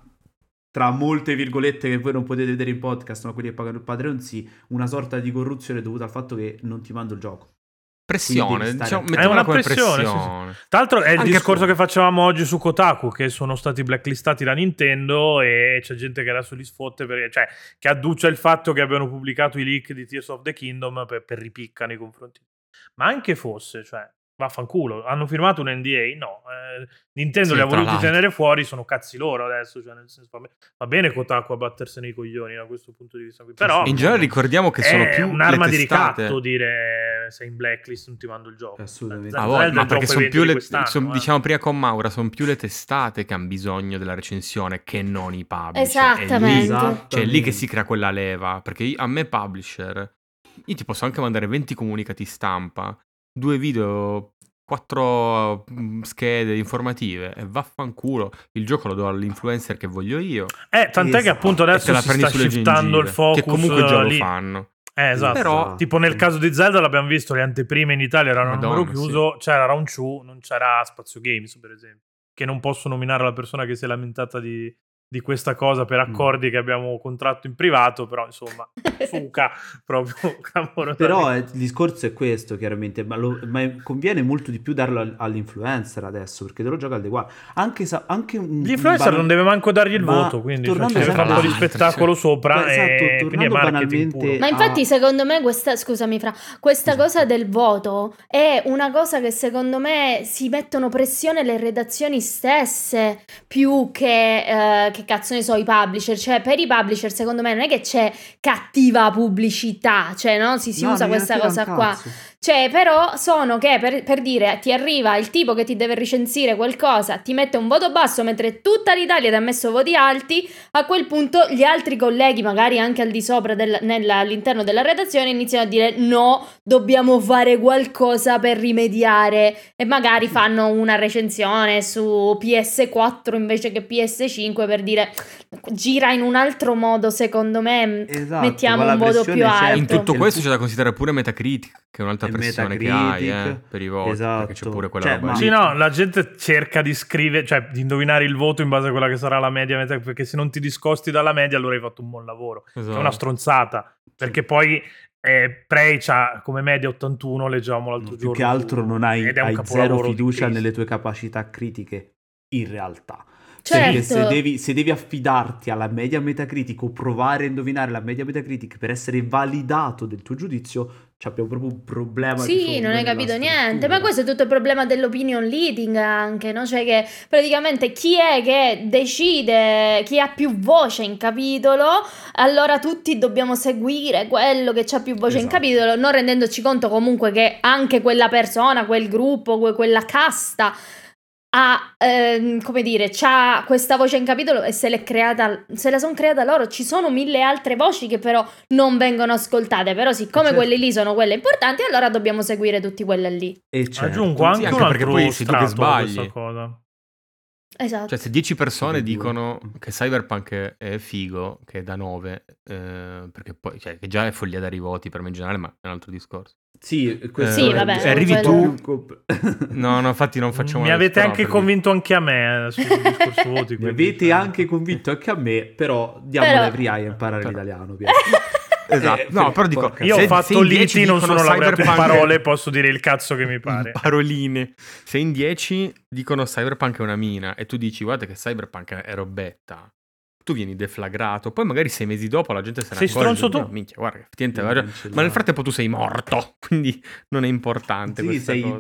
Speaker 4: tra molte virgolette che voi non potete vedere in podcast, ma quelli che pagano il Patreon sì, una sorta di corruzione dovuta al fatto che non ti mando il gioco.
Speaker 3: Pressione,
Speaker 4: devi stare-
Speaker 3: diciamo,
Speaker 4: È
Speaker 3: mettiamola
Speaker 2: una
Speaker 3: come
Speaker 2: pressione,
Speaker 3: pressione.
Speaker 2: sì, sì. Tra l'altro è il
Speaker 3: Anche
Speaker 2: discorso
Speaker 3: tu.
Speaker 2: che facevamo oggi su Kotaku, che sono stati blacklistati da Nintendo e c'è gente che adesso li sfotte, perché, cioè che adduce il fatto che abbiano pubblicato i leak di Tears of the Kingdom per, per ripicca nei confronti. Ma anche fosse, cioè, Vaffanculo, hanno firmato un NDA? No, Eh, Nintendo
Speaker 3: Sì,
Speaker 2: li ha
Speaker 3: tra
Speaker 2: voluti
Speaker 3: l'altro.
Speaker 2: tenere fuori, sono cazzi loro adesso, cioè, nel senso, va, be- va bene Kotaku a battersene i coglioni da questo punto di vista qui, però
Speaker 3: E in generale ricordiamo che sono
Speaker 2: è
Speaker 3: più
Speaker 2: un'arma
Speaker 3: le
Speaker 2: di
Speaker 3: testate.
Speaker 2: ricatto dire sei in blacklist, non ti mando il gioco. Cioè,
Speaker 4: Assolutamente.
Speaker 2: Zelda
Speaker 3: Ah,
Speaker 4: Ah,
Speaker 3: boh,
Speaker 2: è il
Speaker 3: ma
Speaker 2: gioco
Speaker 3: perché sono
Speaker 2: evento
Speaker 3: più
Speaker 2: di
Speaker 3: le,
Speaker 2: quest'anno,
Speaker 3: son-
Speaker 2: eh.
Speaker 3: diciamo prima con Maura, sono più le testate che hanno bisogno della recensione che non i publisher. È lì,
Speaker 5: Esattamente.
Speaker 3: cioè, è lì che si crea quella leva, perché io- a me publisher, io ti posso anche mandare 20 comunicati stampa, due video, quattro mm, schede informative e vaffanculo, il gioco lo do all'influencer che voglio io
Speaker 2: Eh, tant'è che
Speaker 4: Esatto.
Speaker 2: appunto
Speaker 3: e te
Speaker 2: adesso
Speaker 3: la
Speaker 2: si
Speaker 3: prendi
Speaker 2: sta
Speaker 3: sulle
Speaker 2: shiftando
Speaker 3: gengive,
Speaker 2: il focus
Speaker 3: che comunque già
Speaker 2: eh,
Speaker 3: lo
Speaker 2: lì.
Speaker 3: fanno.
Speaker 2: Eh, esatto.
Speaker 3: Però-
Speaker 2: Tipo nel caso di Zelda l'abbiamo visto, le anteprime in Italia erano a
Speaker 3: Madonna,
Speaker 2: numero chiuso, c'era Round 2, non c'era Spazio Games, per esempio, che non posso nominare la persona che si è lamentata di, di questa cosa
Speaker 3: Mm.
Speaker 2: per accordi che abbiamo contratto in privato, però
Speaker 4: *laughs*
Speaker 2: insomma, fuca proprio *laughs* cavolo.
Speaker 4: Però eh, il discorso è questo, chiaramente, ma, lo- ma conviene molto di più darlo al- all'influencer adesso, perché te lo gioca al day one. Anche, sa- anche un,
Speaker 2: L'influencer
Speaker 4: un
Speaker 2: non deve manco dargli il
Speaker 4: Ma
Speaker 2: voto, quindi cioè, ci
Speaker 4: tornando
Speaker 2: deve fare un po' di
Speaker 3: sempre-
Speaker 2: spettacolo sopra
Speaker 4: Esatto,
Speaker 2: e quindi è
Speaker 4: tornando
Speaker 2: marketing
Speaker 4: banalmente-
Speaker 2: puro.
Speaker 5: Ma
Speaker 4: Ah.
Speaker 5: infatti, secondo me, questa, scusami, Fra, questa cosa del voto è una cosa che secondo me si mettono pressione le redazioni stesse più che, eh, che cazzo ne so, i publisher. Cioè, per i publisher, secondo me, non è che c'è cattiva pubblicità, cioè, no? Si, si
Speaker 4: No,
Speaker 5: usa
Speaker 4: non gliene
Speaker 5: questa
Speaker 4: frega
Speaker 5: cosa
Speaker 4: un
Speaker 5: qua.
Speaker 4: cazzo.
Speaker 5: Cioè, però sono che per, per dire ti arriva il tipo che ti deve recensire qualcosa, ti mette un voto basso mentre tutta l'Italia ti ha messo voti alti, a quel punto gli altri colleghi, magari anche al di sopra del- nella- all'interno della redazione, iniziano a dire no, dobbiamo fare qualcosa per rimediare e magari fanno una recensione su PS4 invece che PS5 per dire gira in un altro modo, secondo me.
Speaker 4: Esatto,
Speaker 5: Mettiamo
Speaker 4: ma la
Speaker 5: un modo
Speaker 4: pressione
Speaker 5: più
Speaker 4: c'è
Speaker 5: alto.
Speaker 3: In
Speaker 5: Certo.
Speaker 3: tutto questo c'è da considerare pure Metacritic, che è un'altra
Speaker 4: E
Speaker 3: pressione che hai
Speaker 4: Metacritic,
Speaker 3: eh, per i voti, perché c'è
Speaker 4: esatto.
Speaker 3: pure quella
Speaker 4: Cioè,
Speaker 3: roba
Speaker 4: ma-
Speaker 3: lì.
Speaker 2: Sì, no, la gente cerca di scrivere, cioè di indovinare il voto in base a quella che sarà la media, meta- perché se non ti discosti dalla media allora hai fatto un buon lavoro. È
Speaker 3: Esatto.
Speaker 2: una stronzata, perché poi eh, Prey c'ha come media 81, leggiamo l'altro
Speaker 4: più
Speaker 2: giorno.
Speaker 4: che altro non hai,
Speaker 2: ed è un
Speaker 4: hai
Speaker 2: capolavoro
Speaker 4: zero
Speaker 2: di
Speaker 4: fiducia
Speaker 2: Cristo.
Speaker 4: nelle tue capacità critiche, in realtà. Perché
Speaker 5: Certo.
Speaker 4: se devi, se devi affidarti alla media metacritica o provare a indovinare la media metacritica per essere validato del tuo giudizio, cioè abbiamo proprio un problema. di
Speaker 5: Sì,
Speaker 4: fondo
Speaker 5: non hai
Speaker 4: nella
Speaker 5: capito
Speaker 4: struttura.
Speaker 5: niente, ma questo è tutto il problema dell'opinion leading anche, no? Cioè che praticamente chi è che decide, chi ha più voce in capitolo, allora tutti dobbiamo seguire quello che ha più voce in
Speaker 4: Esatto.
Speaker 5: capitolo, non rendendoci conto comunque che anche quella persona, quel gruppo, que- quella casta ha, ehm, come dire, c'ha questa voce in capitolo e se l'è creata, se la sono creata loro, ci sono mille altre voci che però non vengono ascoltate, però siccome
Speaker 4: Certo.
Speaker 5: quelle lì sono quelle importanti, allora dobbiamo seguire tutti quelle lì.
Speaker 4: E certo.
Speaker 2: Aggiungo anche,
Speaker 3: Sì, anche
Speaker 2: un
Speaker 3: perché
Speaker 2: altro
Speaker 3: poi sei tu che
Speaker 2: strato a questa
Speaker 3: sbagli.
Speaker 2: cosa.
Speaker 5: Esatto.
Speaker 3: Cioè, se 10 persone
Speaker 4: Tutti e due.
Speaker 3: dicono che Cyberpunk è figo, che è da 9, perché poi, cioè, che già è follia dare i voti per me in generale, ma è un
Speaker 2: *laughs*
Speaker 3: altro discorso.
Speaker 4: Sì, questo
Speaker 5: Sì,
Speaker 4: è-
Speaker 5: vabbè,
Speaker 4: è
Speaker 5: arrivi
Speaker 4: un po'
Speaker 3: tu-
Speaker 4: più *laughs* comp-
Speaker 3: No, no, infatti non facciamo
Speaker 2: Mi
Speaker 3: una
Speaker 2: avete
Speaker 3: discorso,
Speaker 2: anche
Speaker 3: no, perché-
Speaker 2: convinto anche a me eh, sul
Speaker 4: *laughs*
Speaker 2: discorso voti.
Speaker 4: Mi
Speaker 2: quindi,
Speaker 4: avete
Speaker 2: cioè,
Speaker 4: anche convinto anche a me, però diamo
Speaker 5: Però-
Speaker 4: la priaia a imparare
Speaker 3: Però-
Speaker 5: *laughs*
Speaker 4: l'italiano. Piero.
Speaker 3: Esatto.
Speaker 4: Eh,
Speaker 3: No, però
Speaker 4: porca
Speaker 3: dico,
Speaker 4: cazzo.
Speaker 2: Io ho
Speaker 3: se- se
Speaker 2: fatto
Speaker 3: in 10
Speaker 2: l'IT, non
Speaker 3: dicono
Speaker 2: sono laureato in
Speaker 3: Cyberpunk-
Speaker 4: eh.
Speaker 2: parole, posso dire il cazzo che mi pare.
Speaker 3: Paroline. Se in 10 dicono Cyberpunk è una mina e tu dici guarda che Cyberpunk è robetta, tu vieni deflagrato, poi magari sei mesi dopo la gente se ne
Speaker 2: Sei
Speaker 3: accorge,
Speaker 2: stronzo
Speaker 3: "No,
Speaker 2: tu." Mm.
Speaker 3: minchia, guarda, che effettivamente
Speaker 4: Io
Speaker 3: aveva
Speaker 4: non
Speaker 3: ragione."
Speaker 4: ce
Speaker 3: ma nel
Speaker 4: l'ho.
Speaker 3: frattempo tu sei morto, *laughs* quindi non è importante
Speaker 4: Sì,
Speaker 3: questa
Speaker 4: sei
Speaker 3: cosa.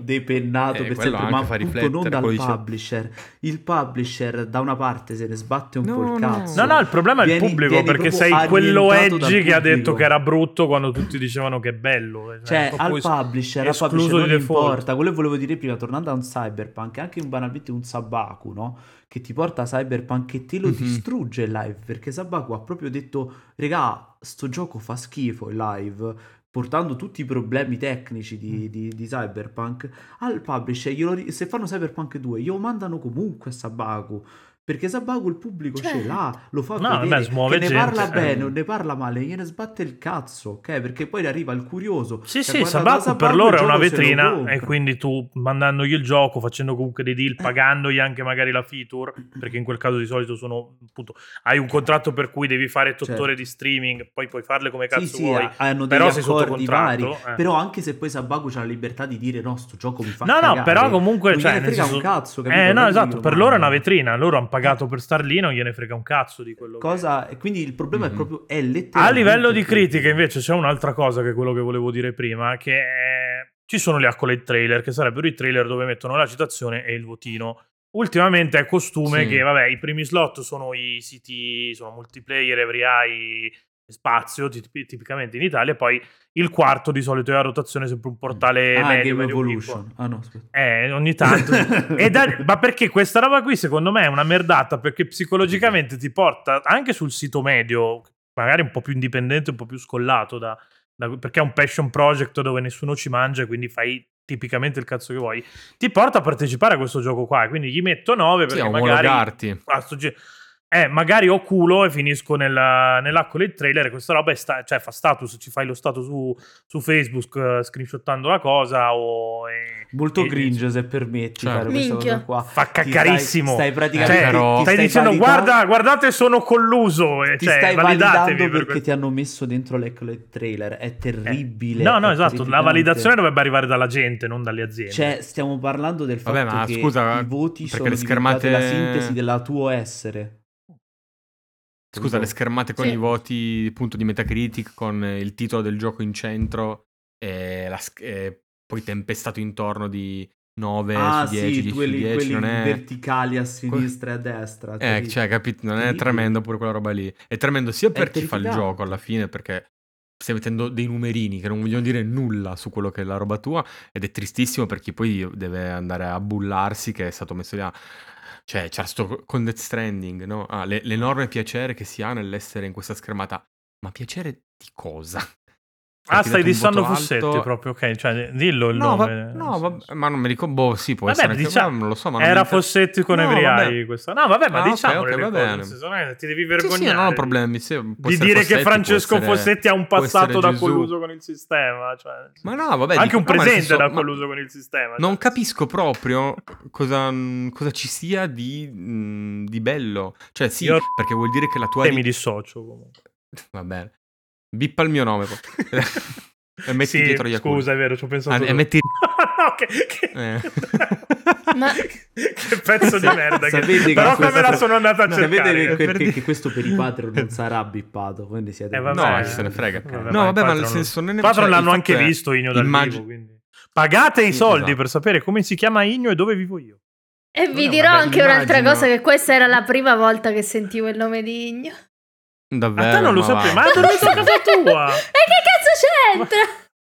Speaker 3: Eh,
Speaker 4: depennato per
Speaker 3: quello
Speaker 4: sempre,
Speaker 3: anche
Speaker 4: ma
Speaker 3: fa
Speaker 4: appunto
Speaker 3: riflettere,
Speaker 4: non dal
Speaker 3: quello dice-
Speaker 4: publisher. Il publisher da una parte se ne sbatte un
Speaker 3: No,
Speaker 4: po' il
Speaker 3: no.
Speaker 4: cazzo.
Speaker 2: No, no, il problema è il
Speaker 4: Vieni-
Speaker 2: pubblico
Speaker 4: vieni
Speaker 2: perché
Speaker 4: proprio
Speaker 2: sei quello
Speaker 4: annientato dal
Speaker 2: edgy che ha detto
Speaker 4: pubblico.
Speaker 2: che era brutto quando tutti dicevano che è bello. eh,
Speaker 4: Cioè,
Speaker 2: proprio
Speaker 4: al
Speaker 2: es-
Speaker 4: publisher, al
Speaker 2: Ecco, escluso
Speaker 4: publisher
Speaker 2: di
Speaker 4: non
Speaker 2: default.
Speaker 4: importa. Quello che volevo dire prima, tornando a un cyberpunk, anche un banalmente un Sabaku, no? Che ti porta a cyberpunk e te lo
Speaker 3: Mhm.
Speaker 4: distrugge in live. Perché Sabaku ha proprio detto, regà, sto gioco fa schifo in live, portando tutti i problemi tecnici
Speaker 2: Mm.
Speaker 4: di, di- di cyberpunk. Al publisher, glielo ri- se fanno cyberpunk 2, glielo mandano comunque a Sabaku. Perché Sabaku il pubblico ce
Speaker 5: Certo.
Speaker 4: l'ha, lo fa
Speaker 2: No,
Speaker 4: vedere,
Speaker 2: vabbè, smuove
Speaker 4: che ne
Speaker 2: gente,
Speaker 4: parla
Speaker 2: eh.
Speaker 4: bene o ne parla male, gliene sbatte il cazzo, ok? Perché poi arriva il curioso
Speaker 2: Sì,
Speaker 4: che
Speaker 2: sì,
Speaker 4: Cioè, guarda
Speaker 2: Sabaku
Speaker 4: cosa
Speaker 2: per
Speaker 4: parla,
Speaker 2: loro
Speaker 4: il
Speaker 2: è una
Speaker 4: gioco se lo
Speaker 2: vetrina
Speaker 4: compra.
Speaker 2: e quindi tu mandandogli il gioco, facendo comunque dei deal, pagandogli anche magari la feature, perché in quel caso di solito sono appunto hai un contratto per cui devi fare 8
Speaker 4: Certo.
Speaker 2: ore di streaming, poi puoi farle come cazzo
Speaker 4: Sì, sì, ah,
Speaker 2: vuoi.
Speaker 4: ha- hanno degli
Speaker 2: però sei sotto
Speaker 4: accordi vari.
Speaker 2: contratto, eh.
Speaker 4: Però anche se poi Sabaku c'ha la libertà di dire no, sto gioco mi fa
Speaker 2: No,
Speaker 4: cagare.
Speaker 2: no, però comunque
Speaker 4: Non
Speaker 2: cioè,
Speaker 4: gliene
Speaker 2: nel
Speaker 4: frega un
Speaker 2: senso-
Speaker 4: cazzo, capito?
Speaker 2: Eh, no,
Speaker 4: Quello
Speaker 2: esatto,
Speaker 4: glielo
Speaker 2: per loro è una
Speaker 4: manda.
Speaker 2: vetrina, loro hanno pagato per star lì, non gliene frega un cazzo di quello che-
Speaker 4: Cosa e quindi il problema
Speaker 3: Mhm.
Speaker 4: è proprio è
Speaker 2: A
Speaker 4: letteralmente
Speaker 2: livello di
Speaker 4: quello.
Speaker 2: critica, invece, c'è un'altra cosa che è quello che volevo dire prima, che è- ci sono gli accolade trailer, che sarebbero i trailer dove mettono la citazione e il votino. Ultimamente è costume
Speaker 3: Sì.
Speaker 2: che, vabbè, i primi slot sono i siti, sono multiplayer, every eye, spazio, ti- tipicamente in Italia, e poi il quarto di solito è a rotazione sempre un portale
Speaker 4: ah,
Speaker 2: medio,
Speaker 4: Game
Speaker 2: medio
Speaker 4: Evolution.
Speaker 2: piccolo.
Speaker 4: Ah, no, aspetta.
Speaker 2: Eh, ogni tanto
Speaker 4: *laughs*
Speaker 2: E da- ma perché questa roba qui secondo me è una merdata perché psicologicamente ti porta anche sul sito medio, magari un po' più indipendente, un po' più scollato, da- da- perché è un passion project dove nessuno ci mangia, quindi fai tipicamente il cazzo che vuoi, ti porta a partecipare a questo gioco qua, quindi gli metto 9
Speaker 3: Sì,
Speaker 2: perché
Speaker 3: a
Speaker 2: magari...
Speaker 3: omologarti.
Speaker 2: Ah, sto gi- eh, magari ho culo e finisco nella, nell'accolade trailer e questa roba è sta- cioè, fa status, ci fai lo status su, su Facebook eh, screenshottando la cosa o... e-
Speaker 4: Molto
Speaker 2: e-
Speaker 4: cringe, se permetti,
Speaker 3: Certo.
Speaker 4: fare questa
Speaker 5: Minchia.
Speaker 4: cosa qua.
Speaker 2: Cioè, Fa
Speaker 4: Ti stai-
Speaker 2: caccarissimo.
Speaker 4: Stai, praticamente...
Speaker 2: Cioè,
Speaker 3: però-
Speaker 4: ti
Speaker 2: stai, dicendo
Speaker 4: valida-
Speaker 2: guarda, guardate sono colluso e
Speaker 4: Ti
Speaker 2: cioè,
Speaker 4: stai
Speaker 2: validatevi
Speaker 4: validando
Speaker 2: per
Speaker 4: perché ti hanno messo dentro l'ecole trailer. È terribile.
Speaker 2: questo. No, no,
Speaker 4: è
Speaker 2: esatto, la
Speaker 4: terrificante.
Speaker 2: validazione dovrebbe arrivare dalla gente, non dalle aziende. Ah,
Speaker 4: Cioè, stiamo parlando del fatto
Speaker 3: Vabbè, ma
Speaker 4: che
Speaker 3: scusa,
Speaker 4: i voti
Speaker 3: perché
Speaker 4: sono
Speaker 3: le
Speaker 4: diventate la
Speaker 3: schermate-
Speaker 4: sintesi della tuo essere.
Speaker 3: Scusa, le schermate con
Speaker 5: Sì.
Speaker 3: i voti appunto di Metacritic, con eh, il titolo del gioco in centro e, la sch- e poi tempestato intorno di 9
Speaker 4: Ah,
Speaker 3: Eh, su 10,
Speaker 4: sì,
Speaker 3: 10
Speaker 4: quelli,
Speaker 3: su 10,
Speaker 4: quelli
Speaker 3: non è...
Speaker 4: verticali a sinistra e a destra.
Speaker 3: Eh,
Speaker 4: terribile.
Speaker 3: cioè, capito, non è
Speaker 4: terribile.
Speaker 3: tremendo pure quella roba lì. È tremendo sia per chi fa il
Speaker 4: terrificante.
Speaker 3: gioco alla fine, perché stai mettendo dei numerini che non vogliono dire nulla su quello che è la roba tua, ed è tristissimo per chi poi deve andare a bullarsi che è stato messo lì a... Cioè, c'era sto con Death Stranding, no? Ah, le- l'enorme piacere che si ha nell'essere in questa schermata. Ma piacere di cosa?
Speaker 2: ah, stai
Speaker 3: Ti dato un
Speaker 2: dissando
Speaker 3: voto
Speaker 2: Fussetti
Speaker 3: alto.
Speaker 2: proprio, ok, cioè, dillo il
Speaker 3: No, va-
Speaker 2: nome.
Speaker 3: no,
Speaker 2: eh, nel
Speaker 3: va-
Speaker 2: senso.
Speaker 3: ma non mi ricordo, boh, sì, può
Speaker 2: Vabbè,
Speaker 3: essere anche-
Speaker 2: diciamo-
Speaker 3: ma non lo so, ma non mi
Speaker 2: Era
Speaker 3: inter-
Speaker 2: Fossetti con
Speaker 3: No,
Speaker 2: Evriai questa. No, vabbè, ma
Speaker 3: Ah, ok,
Speaker 2: diciamo
Speaker 3: ok,
Speaker 2: le
Speaker 3: va
Speaker 2: cose,
Speaker 3: bene.
Speaker 2: nel senso, non è- ti devi
Speaker 3: Sì,
Speaker 2: vergognare.
Speaker 3: sì, non ho problemi. sì, può
Speaker 2: Di
Speaker 3: essere
Speaker 2: dire
Speaker 3: Fossetti,
Speaker 2: che
Speaker 3: può
Speaker 2: Francesco
Speaker 3: essere-
Speaker 2: Fossetti ha un
Speaker 3: può essere
Speaker 2: passato da
Speaker 3: Gesù.
Speaker 2: colluso con il sistema, cioè.
Speaker 3: Ma no, vabbè,
Speaker 2: anche
Speaker 3: dico-
Speaker 2: un
Speaker 3: no, ma nel
Speaker 2: presente
Speaker 3: senso,
Speaker 2: da
Speaker 3: ma-
Speaker 2: colluso con il sistema.
Speaker 3: Non
Speaker 2: cioè.
Speaker 3: capisco proprio cosa, cosa ci sia di, mh, di bello. Cioè, sì,
Speaker 2: Io-
Speaker 3: perché vuol dire che la tua.
Speaker 2: E mi dissocio comunque.
Speaker 3: Va bene. Bippa il
Speaker 2: *laughs*
Speaker 3: mio nome. poi. e Eh, metti
Speaker 2: Sì,
Speaker 3: dietro gli
Speaker 2: Scusa, è vero, ci ho pensato.
Speaker 3: e
Speaker 2: dopo. *laughs*
Speaker 3: metti.
Speaker 2: no, che, che-
Speaker 3: Eh.
Speaker 5: *laughs*
Speaker 2: *laughs*
Speaker 5: Ma-
Speaker 2: che pezzo di merda. che-
Speaker 4: Sapete che
Speaker 2: Però come
Speaker 4: questa-
Speaker 2: me la sono andata a
Speaker 4: No,
Speaker 2: cercare.
Speaker 4: Sapete che,
Speaker 2: eh,
Speaker 4: che-
Speaker 2: per
Speaker 4: Cioè, che-
Speaker 2: dire-
Speaker 4: che questo per i
Speaker 3: *laughs*
Speaker 4: Patreon non sarà bippato, quindi siete...
Speaker 2: Eh, vabbè,
Speaker 3: No,
Speaker 2: eh,
Speaker 3: chi se ne frega.
Speaker 2: vabbè, ma
Speaker 3: no, vabbè,
Speaker 2: il
Speaker 3: ma
Speaker 2: Patreon-
Speaker 3: nel senso. Non è
Speaker 2: Il Patron
Speaker 3: cioè, il
Speaker 2: l'hanno anche
Speaker 3: fatto è-
Speaker 2: visto Igno dal
Speaker 3: immag-
Speaker 2: vivo, quindi. Pagate i
Speaker 3: Sì,
Speaker 2: soldi
Speaker 3: esatto.
Speaker 2: per sapere come si chiama Igno e dove vivo io.
Speaker 5: E vi
Speaker 3: No,
Speaker 5: dirò
Speaker 3: vabbè,
Speaker 5: anche un'altra
Speaker 3: immagino.
Speaker 5: cosa, che questa era la prima volta che sentivo il nome di Igno.
Speaker 3: Davvero.
Speaker 2: A te non lo
Speaker 3: ma
Speaker 2: sapevi,
Speaker 3: va.
Speaker 2: ma è
Speaker 3: *laughs*
Speaker 2: dormito a casa tua.
Speaker 5: *laughs* E che cazzo c'entra?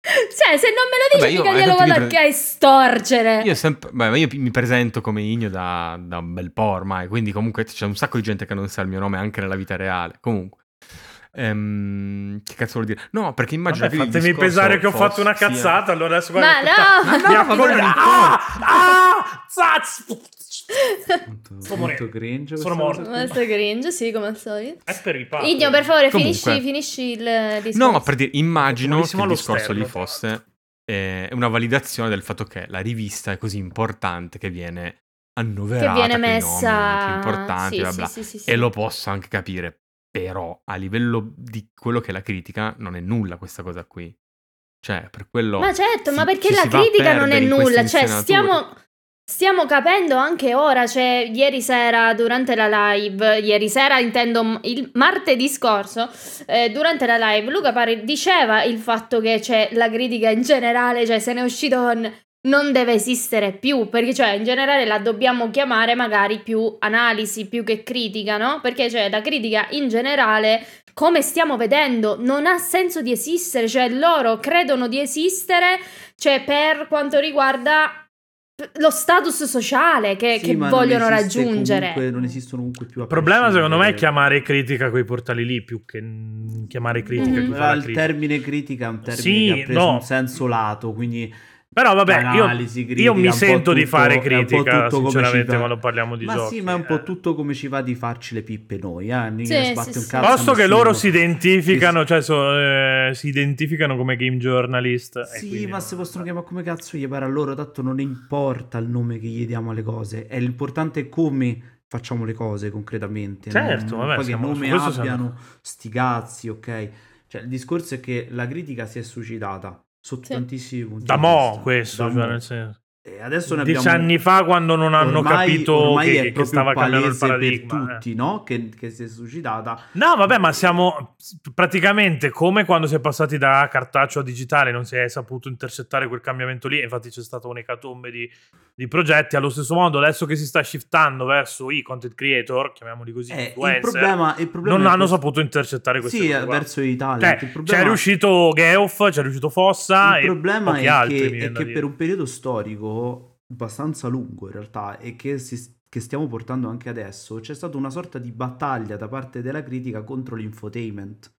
Speaker 5: Cioè, se non me lo
Speaker 3: Vabbè,
Speaker 5: dici,
Speaker 3: io-
Speaker 5: mica
Speaker 3: eh,
Speaker 5: glielo
Speaker 3: tanto
Speaker 5: vado
Speaker 3: mi pre-
Speaker 5: anche a
Speaker 2: Eh.
Speaker 5: estorcere.
Speaker 3: Io, sempre, beh, ma io mi presento come Igno da, da un bel po' ormai, quindi comunque c'è un sacco di gente che non sa il mio nome anche nella vita reale. Comunque, Ehm, che cazzo vuol dire? No, perché immagino
Speaker 2: Vabbè,
Speaker 3: che il
Speaker 2: fatemi
Speaker 3: discorso
Speaker 2: pensare che ho
Speaker 3: fosse-
Speaker 2: fatto una
Speaker 3: sia-
Speaker 2: cazzata. Allora adesso guarda.
Speaker 5: Ma
Speaker 2: aspetta.
Speaker 5: no!
Speaker 2: Mi
Speaker 3: Ma no, ma
Speaker 2: accorgo-
Speaker 3: quello è un
Speaker 2: Ah! Ah! Zaz!
Speaker 4: Molto-
Speaker 2: Sto
Speaker 4: molto
Speaker 2: morendo.
Speaker 4: cringe
Speaker 2: Sono
Speaker 4: questa
Speaker 2: morto.
Speaker 4: cosa qui.
Speaker 5: Molto cringe, sì, come al solito.
Speaker 2: È per i pazzi.
Speaker 5: Igno, per favore,
Speaker 3: Comunque.
Speaker 5: finisci, finisci il discorso.
Speaker 3: No, ma per dire, immagino che
Speaker 2: Buonissimo
Speaker 3: il discorso
Speaker 2: all'esterno,
Speaker 3: lì
Speaker 2: tra
Speaker 3: fosse eh, una validazione del fatto che la rivista è così importante che viene
Speaker 5: Che
Speaker 3: annoverata
Speaker 5: viene
Speaker 3: coi nomi
Speaker 5: messa...
Speaker 3: più importanti,
Speaker 5: sì,
Speaker 3: bla
Speaker 5: sì,
Speaker 3: bla.
Speaker 5: sì, sì, sì.
Speaker 3: E lo posso anche capire, però a livello di quello che è la critica non è nulla questa cosa qui. Cioè, per quello...
Speaker 5: Ma certo,
Speaker 3: si-
Speaker 5: ma perché
Speaker 3: ci
Speaker 5: la
Speaker 3: si va a
Speaker 5: critica non è
Speaker 3: perdere in queste
Speaker 5: nulla? Cioè,
Speaker 3: insenature.
Speaker 5: stiamo, stiamo capendo anche ora, cioè, ieri sera durante la live, ieri sera intendo m- il martedì scorso, eh, durante la live, Luca Pari diceva il fatto che c'è la critica in generale, cioè se ne è uscito con non deve esistere più, perché cioè in generale la dobbiamo chiamare magari più analisi, più che critica, no? Perché cioè la critica in generale come stiamo vedendo, non ha senso di esistere, cioè loro credono di esistere, cioè per quanto riguarda p- lo status sociale che,
Speaker 4: Sì,
Speaker 5: che
Speaker 4: ma non
Speaker 5: vogliono
Speaker 4: esiste
Speaker 5: raggiungere.
Speaker 4: comunque- non esistono comunque più a
Speaker 2: Il problema secondo me è
Speaker 4: prescindere.
Speaker 2: chiamare critica quei portali lì più che mm, chiamare critica
Speaker 5: Mm.
Speaker 2: chi fa
Speaker 4: Però
Speaker 2: la
Speaker 4: il
Speaker 2: critica.
Speaker 4: termine critica è un termine
Speaker 2: Sì,
Speaker 4: che ha preso
Speaker 2: no.
Speaker 4: un senso lato, quindi
Speaker 2: Però vabbè, io,
Speaker 4: analisi, critica,
Speaker 2: io
Speaker 4: è
Speaker 2: mi
Speaker 4: un po'
Speaker 2: sento di
Speaker 4: tutto- è
Speaker 2: fare
Speaker 4: un po' tutto
Speaker 2: critica,
Speaker 4: come ci
Speaker 2: sinceramente,
Speaker 4: va.
Speaker 2: quando parliamo di
Speaker 4: ma
Speaker 2: giochi.
Speaker 4: sì, ma è un
Speaker 2: eh.
Speaker 4: po' tutto come ci va di farci le pippe noi, eh? Non
Speaker 5: Sì,
Speaker 4: gliene
Speaker 5: sì,
Speaker 4: sbatte un
Speaker 5: sì.
Speaker 4: cazzo a
Speaker 2: Posto che
Speaker 4: nessuno.
Speaker 2: loro si identificano, cioè so- eh, si identificano come game journalist. e
Speaker 4: Sì,
Speaker 2: quindi
Speaker 4: ma
Speaker 2: non-
Speaker 4: se possono chiamare come cazzo gli pare a loro, tanto non importa il nome che gli diamo alle cose, è l'importante è come facciamo le cose concretamente.
Speaker 2: Certo,
Speaker 4: non,
Speaker 2: vabbè,
Speaker 4: poi che
Speaker 2: siamo- su
Speaker 4: nome
Speaker 2: questo
Speaker 4: abbiano,
Speaker 2: siamo-
Speaker 4: sti cazzi, ok? Cioè, il discorso è che la critica si è suicidata sotto
Speaker 5: Sì.
Speaker 4: tantissimi punti
Speaker 2: Da
Speaker 4: di
Speaker 2: mo'
Speaker 4: vista.
Speaker 2: questo,
Speaker 4: Da
Speaker 2: cioè
Speaker 4: mo'.
Speaker 2: nel senso.
Speaker 4: E adesso ne abbiamo
Speaker 2: Dieci anni fa, quando non hanno
Speaker 4: ormai-
Speaker 2: capito che,
Speaker 4: ormai è
Speaker 2: che
Speaker 4: proprio
Speaker 2: stava cambiando il
Speaker 4: palese
Speaker 2: paradigma.
Speaker 4: per
Speaker 2: eh.
Speaker 4: tutti, no? Che, che si è suscitata.
Speaker 2: No, vabbè, ma siamo praticamente come quando si è passati da cartaceo a digitale, non si è saputo intercettare quel cambiamento lì, e infatti c'è stata un'ecatombe di, di progetti. Allo stesso modo, adesso che si sta shiftando verso i content creator, chiamiamoli così,
Speaker 4: Eh, il
Speaker 2: influencer,
Speaker 4: problema, il problema
Speaker 2: non
Speaker 4: è
Speaker 2: hanno
Speaker 4: questo.
Speaker 2: saputo intercettare queste
Speaker 4: Sì,
Speaker 2: cose qua.
Speaker 4: verso i talent.
Speaker 2: Cioè,
Speaker 4: il
Speaker 2: c'è
Speaker 4: problema,
Speaker 2: riuscito Geoff, c'è riuscito Fossa
Speaker 4: il
Speaker 2: Ah, e
Speaker 4: problema
Speaker 2: pochi
Speaker 4: è
Speaker 2: altri, mi
Speaker 4: che,
Speaker 2: viene
Speaker 4: è
Speaker 2: da
Speaker 4: che
Speaker 2: dire.
Speaker 4: per un periodo storico abbastanza lungo in realtà e che, si- che stiamo portando anche adesso, c'è stata una sorta di battaglia da parte della critica contro l'infotainment.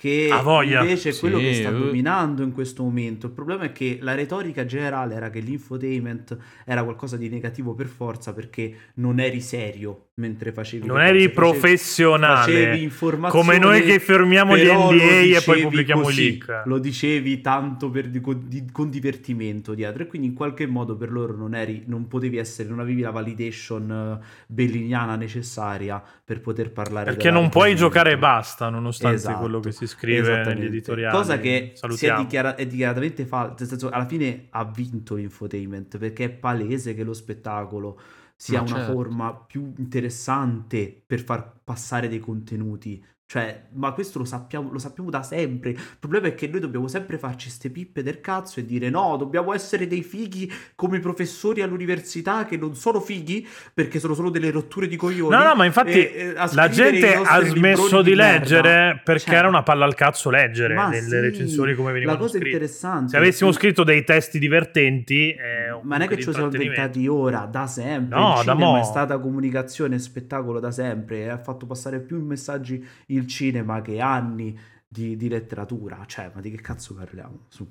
Speaker 4: Che
Speaker 2: Ha voglia.
Speaker 4: invece è quello
Speaker 3: Sì,
Speaker 4: che sta
Speaker 3: eh.
Speaker 4: dominando in questo momento. Il problema è che la retorica generale era che l'infotainment era qualcosa di negativo per forza perché non eri serio mentre facevi.
Speaker 2: Non
Speaker 4: le cose,
Speaker 2: eri
Speaker 4: facevi- facevi
Speaker 2: professionale,
Speaker 4: informazioni
Speaker 2: come noi che fermiamo gli
Speaker 4: però
Speaker 2: NDA
Speaker 4: lo
Speaker 2: e poi
Speaker 4: dicevi
Speaker 2: pubblichiamo
Speaker 4: così,
Speaker 2: i link.
Speaker 4: Lo dicevi tanto per di- con, di- con divertimento dietro e quindi in qualche modo per loro non eri, non potevi essere, non avevi la validation eh, belliniana necessaria per poter parlare.
Speaker 2: Perché
Speaker 4: della
Speaker 2: non puoi
Speaker 4: ripresa.
Speaker 2: giocare e basta, nonostante
Speaker 4: Esatto,
Speaker 2: quello che si scrive negli
Speaker 4: esattamente.
Speaker 2: editoriali.
Speaker 4: Cosa che si è,
Speaker 2: Salutiamo.
Speaker 4: dichiara- è dichiaratamente falsa, nel senso alla fine ha vinto l'infotainment perché è palese che lo spettacolo sia
Speaker 3: Ma
Speaker 4: una
Speaker 3: certo.
Speaker 4: forma più interessante per far passare dei contenuti. Cioè, ma questo lo sappiamo, lo sappiamo da sempre. Il problema è che noi dobbiamo sempre farci ste pippe del cazzo e dire no, dobbiamo essere dei fighi come i professori all'università che non sono fighi perché sono solo delle rotture di coglioni.
Speaker 2: No, no, ma infatti
Speaker 4: E, eh, a
Speaker 2: la
Speaker 4: scrivere i
Speaker 2: gente ha
Speaker 4: nostri
Speaker 2: smesso
Speaker 4: libroni
Speaker 2: di,
Speaker 4: merda.
Speaker 2: leggere perché
Speaker 4: Cioè,
Speaker 2: era una palla al cazzo leggere
Speaker 4: ma
Speaker 2: nelle
Speaker 4: sì,
Speaker 2: recensioni come
Speaker 4: La
Speaker 2: venivano
Speaker 4: cosa
Speaker 2: scritte.
Speaker 4: interessante.
Speaker 2: Se avessimo
Speaker 4: è che-
Speaker 2: scritto dei testi divertenti, eh, o
Speaker 4: Ma non
Speaker 2: comunque
Speaker 4: è che
Speaker 2: di
Speaker 4: ci siamo
Speaker 2: intrattenimento.
Speaker 4: inventati ora, da sempre.
Speaker 2: No,
Speaker 4: il
Speaker 2: da
Speaker 4: cinema
Speaker 2: mo'.
Speaker 4: è stata comunicazione e spettacolo da sempre. e Ha fatto passare più messaggi il cinema che anni di, di letteratura. Cioè, ma di che cazzo parliamo? Su.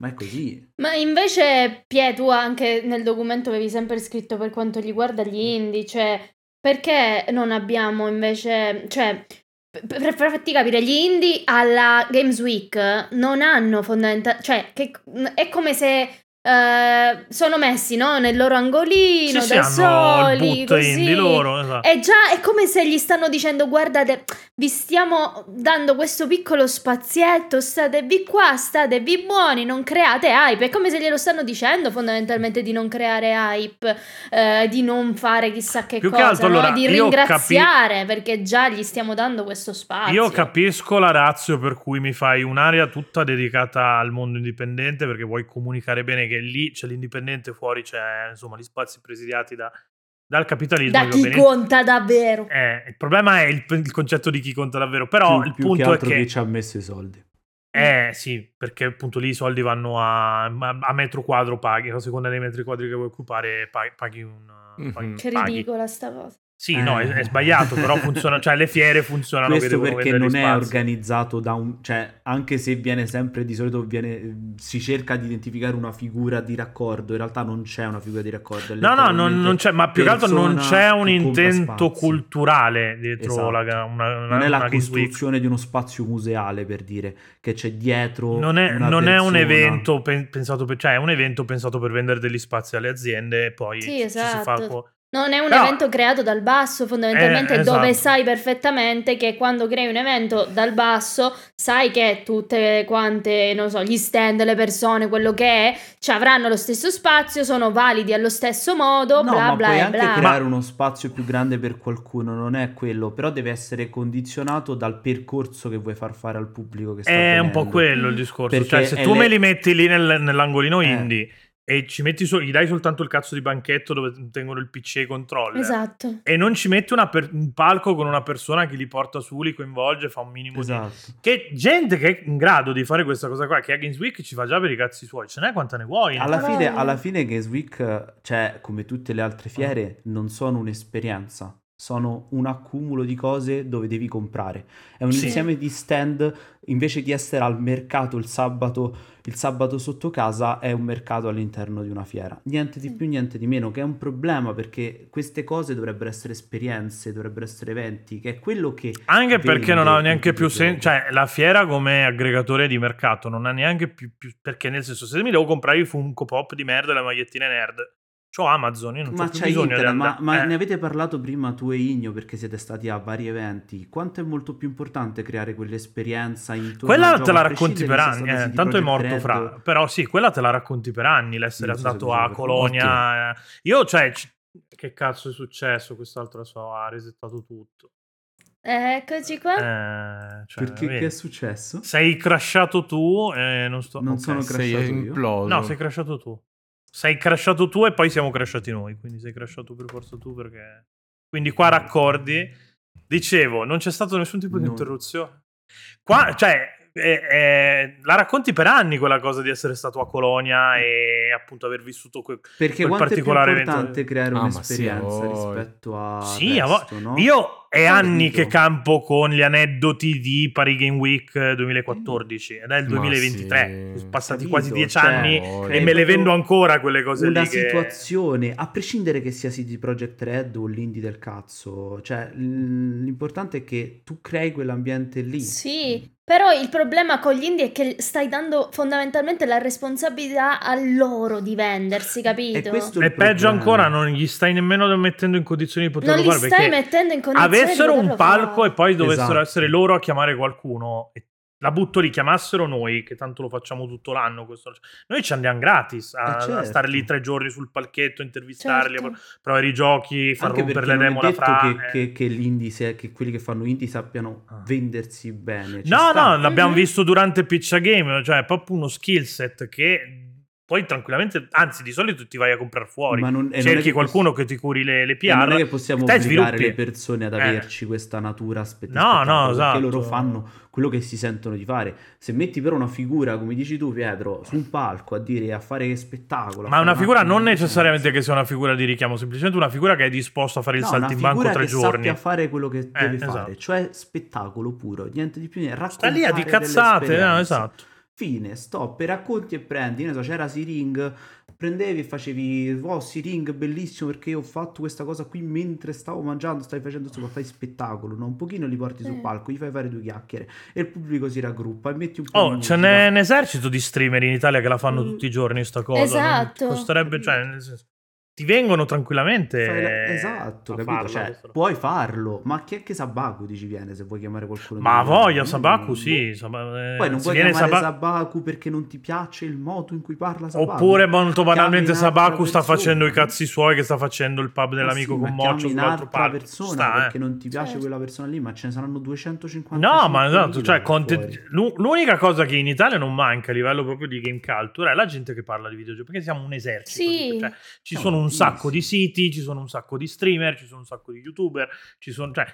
Speaker 4: Ma è così.
Speaker 5: Ma invece, Pie, tu anche nel documento avevi sempre scritto per quanto riguarda gli
Speaker 2: Mm.
Speaker 5: indie, cioè perché non abbiamo invece, cioè per- per farti capire, gli indie alla Games Week non hanno fondamentalmente, cioè che- è come se eh, sono messi no, nel loro angolino,
Speaker 2: Sì, sì,
Speaker 5: da
Speaker 2: hanno il
Speaker 5: soli,
Speaker 2: boot indie
Speaker 5: così.
Speaker 2: loro. esatto.
Speaker 5: È già, è come se gli stanno dicendo: Guardate, vi stiamo dando questo piccolo spazietto, statevi qua, statevi buoni, non create hype. È come se glielo stanno dicendo fondamentalmente di non creare hype, eh, di non fare chissà che
Speaker 2: Più che
Speaker 5: cosa,
Speaker 2: altro,
Speaker 5: no?
Speaker 2: allora,
Speaker 5: di
Speaker 2: io
Speaker 5: ringraziare perché già gli stiamo dando questo spazio.
Speaker 2: Io capisco la razio per cui mi fai un'area tutta dedicata al mondo indipendente perché vuoi comunicare bene che lì c'è l'indipendente, fuori c'è insomma gli spazi presidiati da- dal capitalismo.
Speaker 5: da
Speaker 2: che va
Speaker 5: chi
Speaker 2: bene.
Speaker 5: conta davvero.
Speaker 2: Eh, il problema è il, il concetto di chi conta davvero, però il punto è che...
Speaker 4: ci ha messo i soldi.
Speaker 2: Eh sì, perché appunto lì i soldi vanno a, a- a metro quadro paghi, a seconda dei metri quadri che vuoi occupare paghi, paghi un... paghi-
Speaker 3: Mhm.
Speaker 5: Che
Speaker 2: paghi.
Speaker 5: ridicola sta cosa.
Speaker 2: Sì, no, è,
Speaker 4: Eh.
Speaker 2: è sbagliato,
Speaker 4: *laughs*
Speaker 2: però funziona, cioè le fiere funzionano che
Speaker 4: Questo
Speaker 2: devono
Speaker 4: perché
Speaker 2: vendere
Speaker 4: non
Speaker 2: gli
Speaker 4: è
Speaker 2: spazi.
Speaker 4: organizzato da un... cioè, anche se viene sempre di solito, viene, si cerca di identificare una figura di raccordo, in realtà non c'è una figura di raccordo. è
Speaker 2: No, no, non,
Speaker 4: letteralmente
Speaker 2: non c'è, ma più che altro non c'è
Speaker 4: persona
Speaker 2: un
Speaker 4: che compra
Speaker 2: intento
Speaker 4: spazi.
Speaker 2: culturale dietro
Speaker 4: Esatto.
Speaker 2: la, una, una,
Speaker 4: Non è la
Speaker 2: una Games Week.
Speaker 4: costruzione di uno spazio museale, per dire, che c'è dietro
Speaker 2: Non è,
Speaker 4: una
Speaker 2: non è un
Speaker 4: persona.
Speaker 2: evento pen- pensato per, cioè è un evento pensato per vendere degli spazi alle aziende e poi
Speaker 5: Sì,
Speaker 2: ci- ci si fa
Speaker 5: esatto.
Speaker 2: co-
Speaker 5: Non è un
Speaker 2: Però-
Speaker 5: evento creato dal basso, fondamentalmente,
Speaker 2: Eh,
Speaker 5: dove
Speaker 2: esatto.
Speaker 5: sai perfettamente che quando crei un evento dal basso, sai che tutte quante, non so, gli stand, le persone, quello che è, ci avranno lo stesso spazio, sono validi allo stesso modo,
Speaker 4: No,
Speaker 5: bla
Speaker 4: ma puoi
Speaker 5: bla e
Speaker 4: anche
Speaker 5: bla.
Speaker 4: creare uno spazio più grande per qualcuno, non è quello, però deve essere condizionato dal percorso che vuoi far fare al pubblico che sta
Speaker 2: È un
Speaker 4: venendo.
Speaker 2: po' quello il discorso.
Speaker 4: Perché
Speaker 2: cioè, se
Speaker 4: è
Speaker 2: tu
Speaker 4: le-
Speaker 2: me li metti lì nel- nell'angolino
Speaker 4: Eh.
Speaker 2: indie e ci metti so- gli dai soltanto il cazzo di banchetto dove tengono il PC e i controller.
Speaker 5: Esatto.
Speaker 2: E non ci metti una per- un palco con una persona che li porta su, li coinvolge, fa un minimo di
Speaker 4: Esatto.
Speaker 2: Che gente che è in grado di fare questa cosa qua, che a Games Week ci fa già per i cazzi suoi, ce n'è quanta ne vuoi.
Speaker 4: Alla
Speaker 5: Però-
Speaker 4: fine, alla fine Games Week, eh, cioè, come tutte le altre fiere, non sono un'esperienza, sono un accumulo di cose dove devi comprare. È un
Speaker 2: Sì.
Speaker 4: insieme di stand, invece di essere al mercato il sabato, il sabato sotto casa è un mercato all'interno di una fiera. Niente di
Speaker 5: Sì.
Speaker 4: più, niente di meno, che è un problema perché queste cose dovrebbero essere esperienze, dovrebbero essere eventi, che è quello che...
Speaker 2: Anche perché non ha
Speaker 4: vende
Speaker 2: neanche
Speaker 4: tutti
Speaker 2: più
Speaker 4: i
Speaker 2: senso,
Speaker 4: giorni.
Speaker 2: cioè la fiera come aggregatore di mercato non ha neanche più, più- perché nel senso se mi devo comprare i Funko Pop di merda e le magliettine nerd, C'ho Amazon, io non
Speaker 4: Ma
Speaker 2: c'ho più
Speaker 4: c'è
Speaker 2: bisogno
Speaker 4: internet,
Speaker 2: di
Speaker 4: ma,
Speaker 2: andare.
Speaker 4: ma
Speaker 2: eh,
Speaker 4: ne avete parlato prima tu e Igno perché siete stati a vari eventi. Quanto è molto più importante creare quell'esperienza intorno al
Speaker 2: Quella
Speaker 4: gioco,
Speaker 2: te la
Speaker 4: a
Speaker 2: racconti
Speaker 4: prescindere
Speaker 2: per
Speaker 4: se sia
Speaker 2: anni, eh,
Speaker 4: stato CD
Speaker 2: tanto è
Speaker 4: Projekt
Speaker 2: morto
Speaker 4: Red
Speaker 2: fra. Però sì, quella te la racconti per anni, l'essere
Speaker 4: Non so se
Speaker 2: andato
Speaker 4: bisogna
Speaker 2: a
Speaker 4: per-
Speaker 2: Colonia. eh. Io, cioè, c- che cazzo è successo? Quest'altro so, ha resettato tutto.
Speaker 5: Eccoci qua.
Speaker 2: Eh, cioè,
Speaker 4: Perché
Speaker 2: vedi.
Speaker 4: che è successo?
Speaker 2: Sei crashato tu e non sto...
Speaker 4: Non
Speaker 2: ok.
Speaker 4: sono cra-
Speaker 3: Sei
Speaker 4: crashato io?
Speaker 3: imploso.
Speaker 2: No, sei crashato tu. Sei crashato tu e poi siamo crashati noi, quindi sei crashato per forza tu perché... Quindi
Speaker 4: Mm.
Speaker 2: qua raccordi. Dicevo, non c'è stato nessun tipo di
Speaker 4: No.
Speaker 2: interruzione. Qua, cioè, eh, eh, la racconti per anni quella cosa di essere stato a Colonia
Speaker 4: Mm.
Speaker 2: e appunto aver vissuto... que-
Speaker 4: Perché
Speaker 2: quel
Speaker 4: quanto è più
Speaker 2: particolare evento-
Speaker 4: importante creare
Speaker 3: Ah, ma sì,
Speaker 4: un'esperienza
Speaker 3: a voi.
Speaker 4: rispetto a
Speaker 2: Sì, a voi.
Speaker 4: resto, no?
Speaker 2: Io è
Speaker 4: Ho
Speaker 2: anni
Speaker 4: capito.
Speaker 2: che campo con gli aneddoti di Paris Game Week eh, 2014 ed è il
Speaker 3: Ma
Speaker 2: 2023,
Speaker 3: sì.
Speaker 2: passati
Speaker 4: Capito,
Speaker 2: quasi dieci
Speaker 4: cioè,
Speaker 2: anni e
Speaker 3: Cioè,
Speaker 2: me le
Speaker 4: proprio
Speaker 2: vendo ancora quelle cose
Speaker 4: una
Speaker 2: lì che-
Speaker 4: situazione, a prescindere che sia CD Projekt Red o l'indie del cazzo, cioè l- l'importante è che tu crei quell'ambiente lì.
Speaker 5: Sì, però il problema con gli indie è che stai dando fondamentalmente la responsabilità a loro di vendersi, capito?
Speaker 4: E questo
Speaker 2: E
Speaker 4: il
Speaker 2: peggio
Speaker 4: problema.
Speaker 2: ancora, non gli stai nemmeno mettendo in condizione di
Speaker 5: non
Speaker 2: poterlo
Speaker 5: li
Speaker 2: fare
Speaker 5: stai
Speaker 2: perché
Speaker 5: mettendo in condizione di
Speaker 2: avessero un
Speaker 5: poterlo
Speaker 2: palco
Speaker 5: fare.
Speaker 2: e poi dovessero
Speaker 4: Esatto.
Speaker 2: essere loro a chiamare qualcuno. e La butto lì, chiamassero noi, che tanto lo facciamo tutto l'anno. questo- Noi ci andiamo gratis a,
Speaker 4: Eh,
Speaker 2: a
Speaker 4: certo.
Speaker 2: stare lì tre giorni sul palchetto, intervistarli,
Speaker 5: Certo.
Speaker 2: a provare i giochi, far
Speaker 4: Anche
Speaker 2: rompere le
Speaker 4: perché non
Speaker 2: demo
Speaker 4: è
Speaker 2: alla
Speaker 4: detto
Speaker 2: fra.
Speaker 4: che,
Speaker 2: eh.
Speaker 4: che- che l'indie sia- che quelli che fanno indie sappiano
Speaker 2: Ah.
Speaker 4: vendersi bene. ci
Speaker 2: No,
Speaker 4: sta.
Speaker 2: no, l'abbiamo
Speaker 5: Mhm.
Speaker 2: visto durante Pizza Game, cioè è proprio uno skill set che puoi tranquillamente, anzi di solito ti vai a comprare fuori.
Speaker 4: Ma eh, non- e non è
Speaker 2: Cerchi
Speaker 4: che
Speaker 2: qualcuno
Speaker 4: poss-
Speaker 2: che ti curi le, le
Speaker 4: e non è
Speaker 2: PR.
Speaker 4: che possiamo
Speaker 2: te
Speaker 4: obbligare
Speaker 2: sviluppi.
Speaker 4: le persone ad
Speaker 2: Eh.
Speaker 4: averci questa natura spe-
Speaker 2: No, no,
Speaker 4: spettacolo,
Speaker 2: esatto.
Speaker 4: perché loro fanno quello che si sentono di fare. Se metti però una figura, come dici tu Pietro, su un palco a dire a fare spettacolo, a
Speaker 2: Ma
Speaker 4: fare
Speaker 2: una figura
Speaker 4: atto-
Speaker 2: non necessariamente che sia una figura di richiamo, semplicemente una figura che è disposta a fare il
Speaker 4: No,
Speaker 2: salto in banco
Speaker 4: una
Speaker 2: tre
Speaker 4: figura che
Speaker 2: giorni.
Speaker 4: sappia fare quello che deve
Speaker 2: esatto.
Speaker 4: fare, cioè spettacolo puro, niente di più, niente.
Speaker 2: Sta lì a di
Speaker 4: raccontare delle
Speaker 2: cazzate, eh,
Speaker 4: esperienze.
Speaker 2: esatto.
Speaker 4: Fine, stop, e racconti e prendi, ne so, c'era Siring, prendevi e facevi, oh Siring, bellissimo perché io ho fatto questa cosa qui mentre stavo mangiando, stai facendo questo, fai spettacolo, no? un pochino li porti
Speaker 5: Sì.
Speaker 4: sul palco, gli fai fare due chiacchiere e il pubblico si raggruppa e metti un po'
Speaker 2: Oh,
Speaker 4: di
Speaker 2: ce
Speaker 4: musica.
Speaker 2: n'è un esercito di streamer in Italia che la fanno
Speaker 4: Mm.
Speaker 2: tutti i giorni, sta cosa.
Speaker 5: Esatto.
Speaker 2: Non costerebbe, cioè, nel senso, ti vengono tranquillamente.
Speaker 4: Fai la-
Speaker 2: eh,
Speaker 4: Esatto,
Speaker 2: a
Speaker 4: capito?
Speaker 2: farla
Speaker 4: Cioè,
Speaker 2: questa roba.
Speaker 4: puoi farlo, ma chi è che Sabaku dici viene se vuoi chiamare qualcuno? di
Speaker 2: Ma a
Speaker 4: Milano?
Speaker 2: voglia,
Speaker 4: Mm.
Speaker 2: Sabaku, sì. Saba- eh,
Speaker 4: Poi non
Speaker 2: se
Speaker 4: puoi
Speaker 2: viene
Speaker 4: chiamare
Speaker 2: Saba-
Speaker 4: Sabaku perché non ti piace il modo in cui parla Sabaku.
Speaker 2: Oppure molto banalmente
Speaker 4: Chiami un'altra
Speaker 2: Sabaku sta
Speaker 4: persona.
Speaker 2: facendo i cazzi suoi che sta facendo il pub
Speaker 4: Ma
Speaker 2: dell'amico
Speaker 4: sì, ma
Speaker 2: con
Speaker 4: chiami
Speaker 2: Moccio sull'altro
Speaker 4: un'altra
Speaker 2: pub.
Speaker 4: persona
Speaker 2: Sta, eh.
Speaker 4: perché non ti piace
Speaker 5: Certo.
Speaker 4: quella persona lì, ma ce ne saranno 250.
Speaker 2: No, ma esatto, cioè, Conte- l'u- l'unica cosa che in Italia non manca a livello proprio di game culture è la gente che parla di videogiochi, perché siamo un esercito.
Speaker 5: Sì.
Speaker 2: di- cioè, ci
Speaker 4: Siamo
Speaker 2: sono un
Speaker 4: tantissimi.
Speaker 2: sacco di siti, ci sono un sacco di streamer, ci sono un sacco di youtuber, ci sono... Cioè,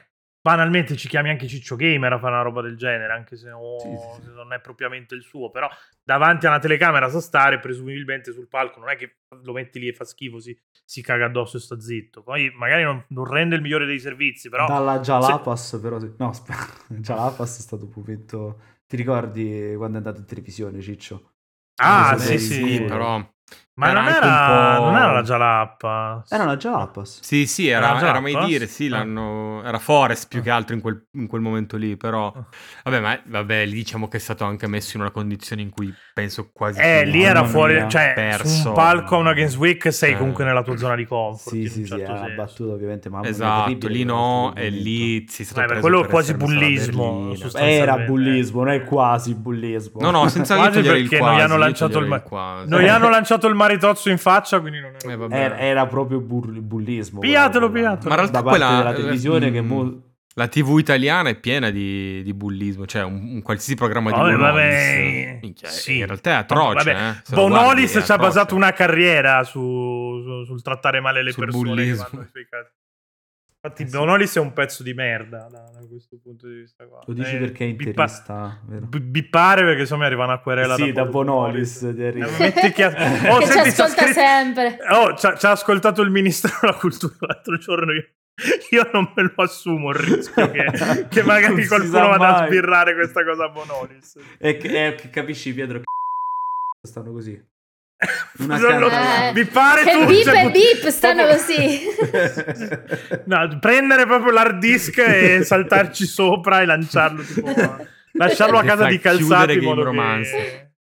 Speaker 2: banalmente ci chiami anche Ciccio Gamer a fare una roba del genere, anche se, no-
Speaker 4: Sì, sì, sì.
Speaker 2: se non è propriamente il suo, però davanti a una telecamera sa stare, presumibilmente sul palco, non è che lo metti lì e fa schifo, si, si caga addosso e sta zitto. Poi magari non, non rende il migliore dei servizi, però...
Speaker 4: Dalla Jalapas, però. sì. No, aspetta, *laughs* Jalapas è stato un momento. Ti ricordi quando è andato in televisione, Ciccio?
Speaker 2: ah, sì,
Speaker 4: Sì, sì,
Speaker 2: sì,
Speaker 4: sì.
Speaker 3: però...
Speaker 2: Ma
Speaker 3: Era
Speaker 2: non
Speaker 3: anche
Speaker 2: era,
Speaker 3: un po'-
Speaker 2: non era la Jalappa.
Speaker 4: Era una Eh, Jalapas.
Speaker 3: Sì, sì,
Speaker 2: Era
Speaker 3: era,
Speaker 2: già
Speaker 3: era mai
Speaker 2: Pass?
Speaker 3: dire, sì,
Speaker 2: Ah.
Speaker 3: l'hanno- era Forest più
Speaker 2: Ah.
Speaker 3: che altro in quel, in quel momento lì, però...
Speaker 2: Ah.
Speaker 3: Vabbè, ma vabbè, lì diciamo che è stato anche messo in una condizione in cui penso quasi...
Speaker 2: Eh, lì era
Speaker 4: Mamma
Speaker 2: fuori,
Speaker 4: mia.
Speaker 2: cioè, su
Speaker 3: Perso.
Speaker 2: un palco a una Games Week sei
Speaker 3: Eh.
Speaker 2: comunque nella tua zona di comfort.
Speaker 4: Sì,
Speaker 2: in
Speaker 4: sì, eh,
Speaker 2: un
Speaker 4: sì,
Speaker 2: certo
Speaker 4: era
Speaker 2: senso.
Speaker 4: battuta ovviamente, mamma mia,
Speaker 3: Esatto,
Speaker 4: terribile
Speaker 3: lì
Speaker 4: quello
Speaker 3: no,
Speaker 4: stato
Speaker 3: e
Speaker 4: il
Speaker 3: lì si è stato
Speaker 2: Eh, beh,
Speaker 3: preso
Speaker 2: quello
Speaker 3: per
Speaker 2: è quasi
Speaker 3: essere messo alla
Speaker 2: bullismo,
Speaker 3: berlina.
Speaker 2: sostanzialmente.
Speaker 4: Era bullismo, non è quasi bullismo.
Speaker 3: No, no, senza io
Speaker 2: Quasi
Speaker 3: togliere il
Speaker 2: perché
Speaker 3: quasi,
Speaker 2: non gli hanno
Speaker 3: io
Speaker 2: lanciato
Speaker 3: toglierei
Speaker 2: il ma-
Speaker 3: il quasi.
Speaker 2: Non gli hanno lanciato il maritozzo in faccia, quindi non era...
Speaker 3: Eh, vabbè.
Speaker 4: Era, era proprio burl- bullismo.
Speaker 2: Pigliatelo,
Speaker 4: quello,
Speaker 2: pigliatelo.
Speaker 3: Ma in realtà
Speaker 4: Da parte
Speaker 3: quella-
Speaker 4: della televisione che
Speaker 3: mm,
Speaker 4: mo-
Speaker 3: La TV italiana è piena di, di bullismo, cioè un, un qualsiasi programma di
Speaker 2: Vabbè,
Speaker 3: Bonolis.
Speaker 2: vabbè.
Speaker 3: Minchia,
Speaker 2: Sì.
Speaker 3: In realtà è atroce.
Speaker 2: Vabbè,
Speaker 3: eh. Se lo guardi,
Speaker 2: Bonolis
Speaker 3: è
Speaker 2: ci ha
Speaker 3: atroce.
Speaker 2: basato una carriera su- su- sul trattare male le
Speaker 3: Sul
Speaker 2: persone. che
Speaker 3: bullismo.
Speaker 2: vanno ai suoi casi.
Speaker 4: Eh,
Speaker 2: Infatti, Bonolis è un pezzo di merda da, da questo punto di vista. Qua.
Speaker 4: Lo dici
Speaker 2: Eh,
Speaker 4: perché è
Speaker 2: bippa-
Speaker 4: interista, vero? Eh
Speaker 2: bi- bippare perché insomma mi arriva una querela
Speaker 4: Sì, da Bonolis, ti
Speaker 2: Eh, *laughs*
Speaker 4: arriva.
Speaker 2: ma metti
Speaker 4: *laughs*
Speaker 2: che- oh,
Speaker 5: che
Speaker 2: senti,
Speaker 5: ci
Speaker 2: c'ha
Speaker 5: ascolta
Speaker 2: scritto-
Speaker 5: sempre.
Speaker 2: Oh, ci ha, ci ha ascoltato il ministro *laughs* della cultura l'altro giorno. Io, io non me lo assumo il rischio *laughs* che,
Speaker 3: *laughs*
Speaker 2: che
Speaker 4: Non
Speaker 2: magari
Speaker 4: si
Speaker 2: qualcuno
Speaker 4: sa
Speaker 2: vada a
Speaker 4: mai.
Speaker 2: sbirrare questa cosa a Bonolis.
Speaker 4: E che, e che *laughs* capisci Pietro che stanno
Speaker 2: *laughs*
Speaker 4: così. Una
Speaker 2: Non lo-
Speaker 5: cagata.
Speaker 2: Mi pare
Speaker 5: Eh. Che
Speaker 2: tu.
Speaker 5: bip
Speaker 2: cioè,
Speaker 5: e bip stanno
Speaker 2: proprio-
Speaker 5: così.
Speaker 2: *laughs*
Speaker 4: *laughs*
Speaker 2: No, prendere proprio l'hard disk e
Speaker 3: *laughs*
Speaker 2: saltarci sopra e lanciarlo. *laughs* Tipo, lasciarlo a
Speaker 3: Ti
Speaker 2: casa
Speaker 3: fa
Speaker 2: di calzati.
Speaker 3: chiudere
Speaker 2: in
Speaker 3: Game
Speaker 2: modo che-
Speaker 3: Romance.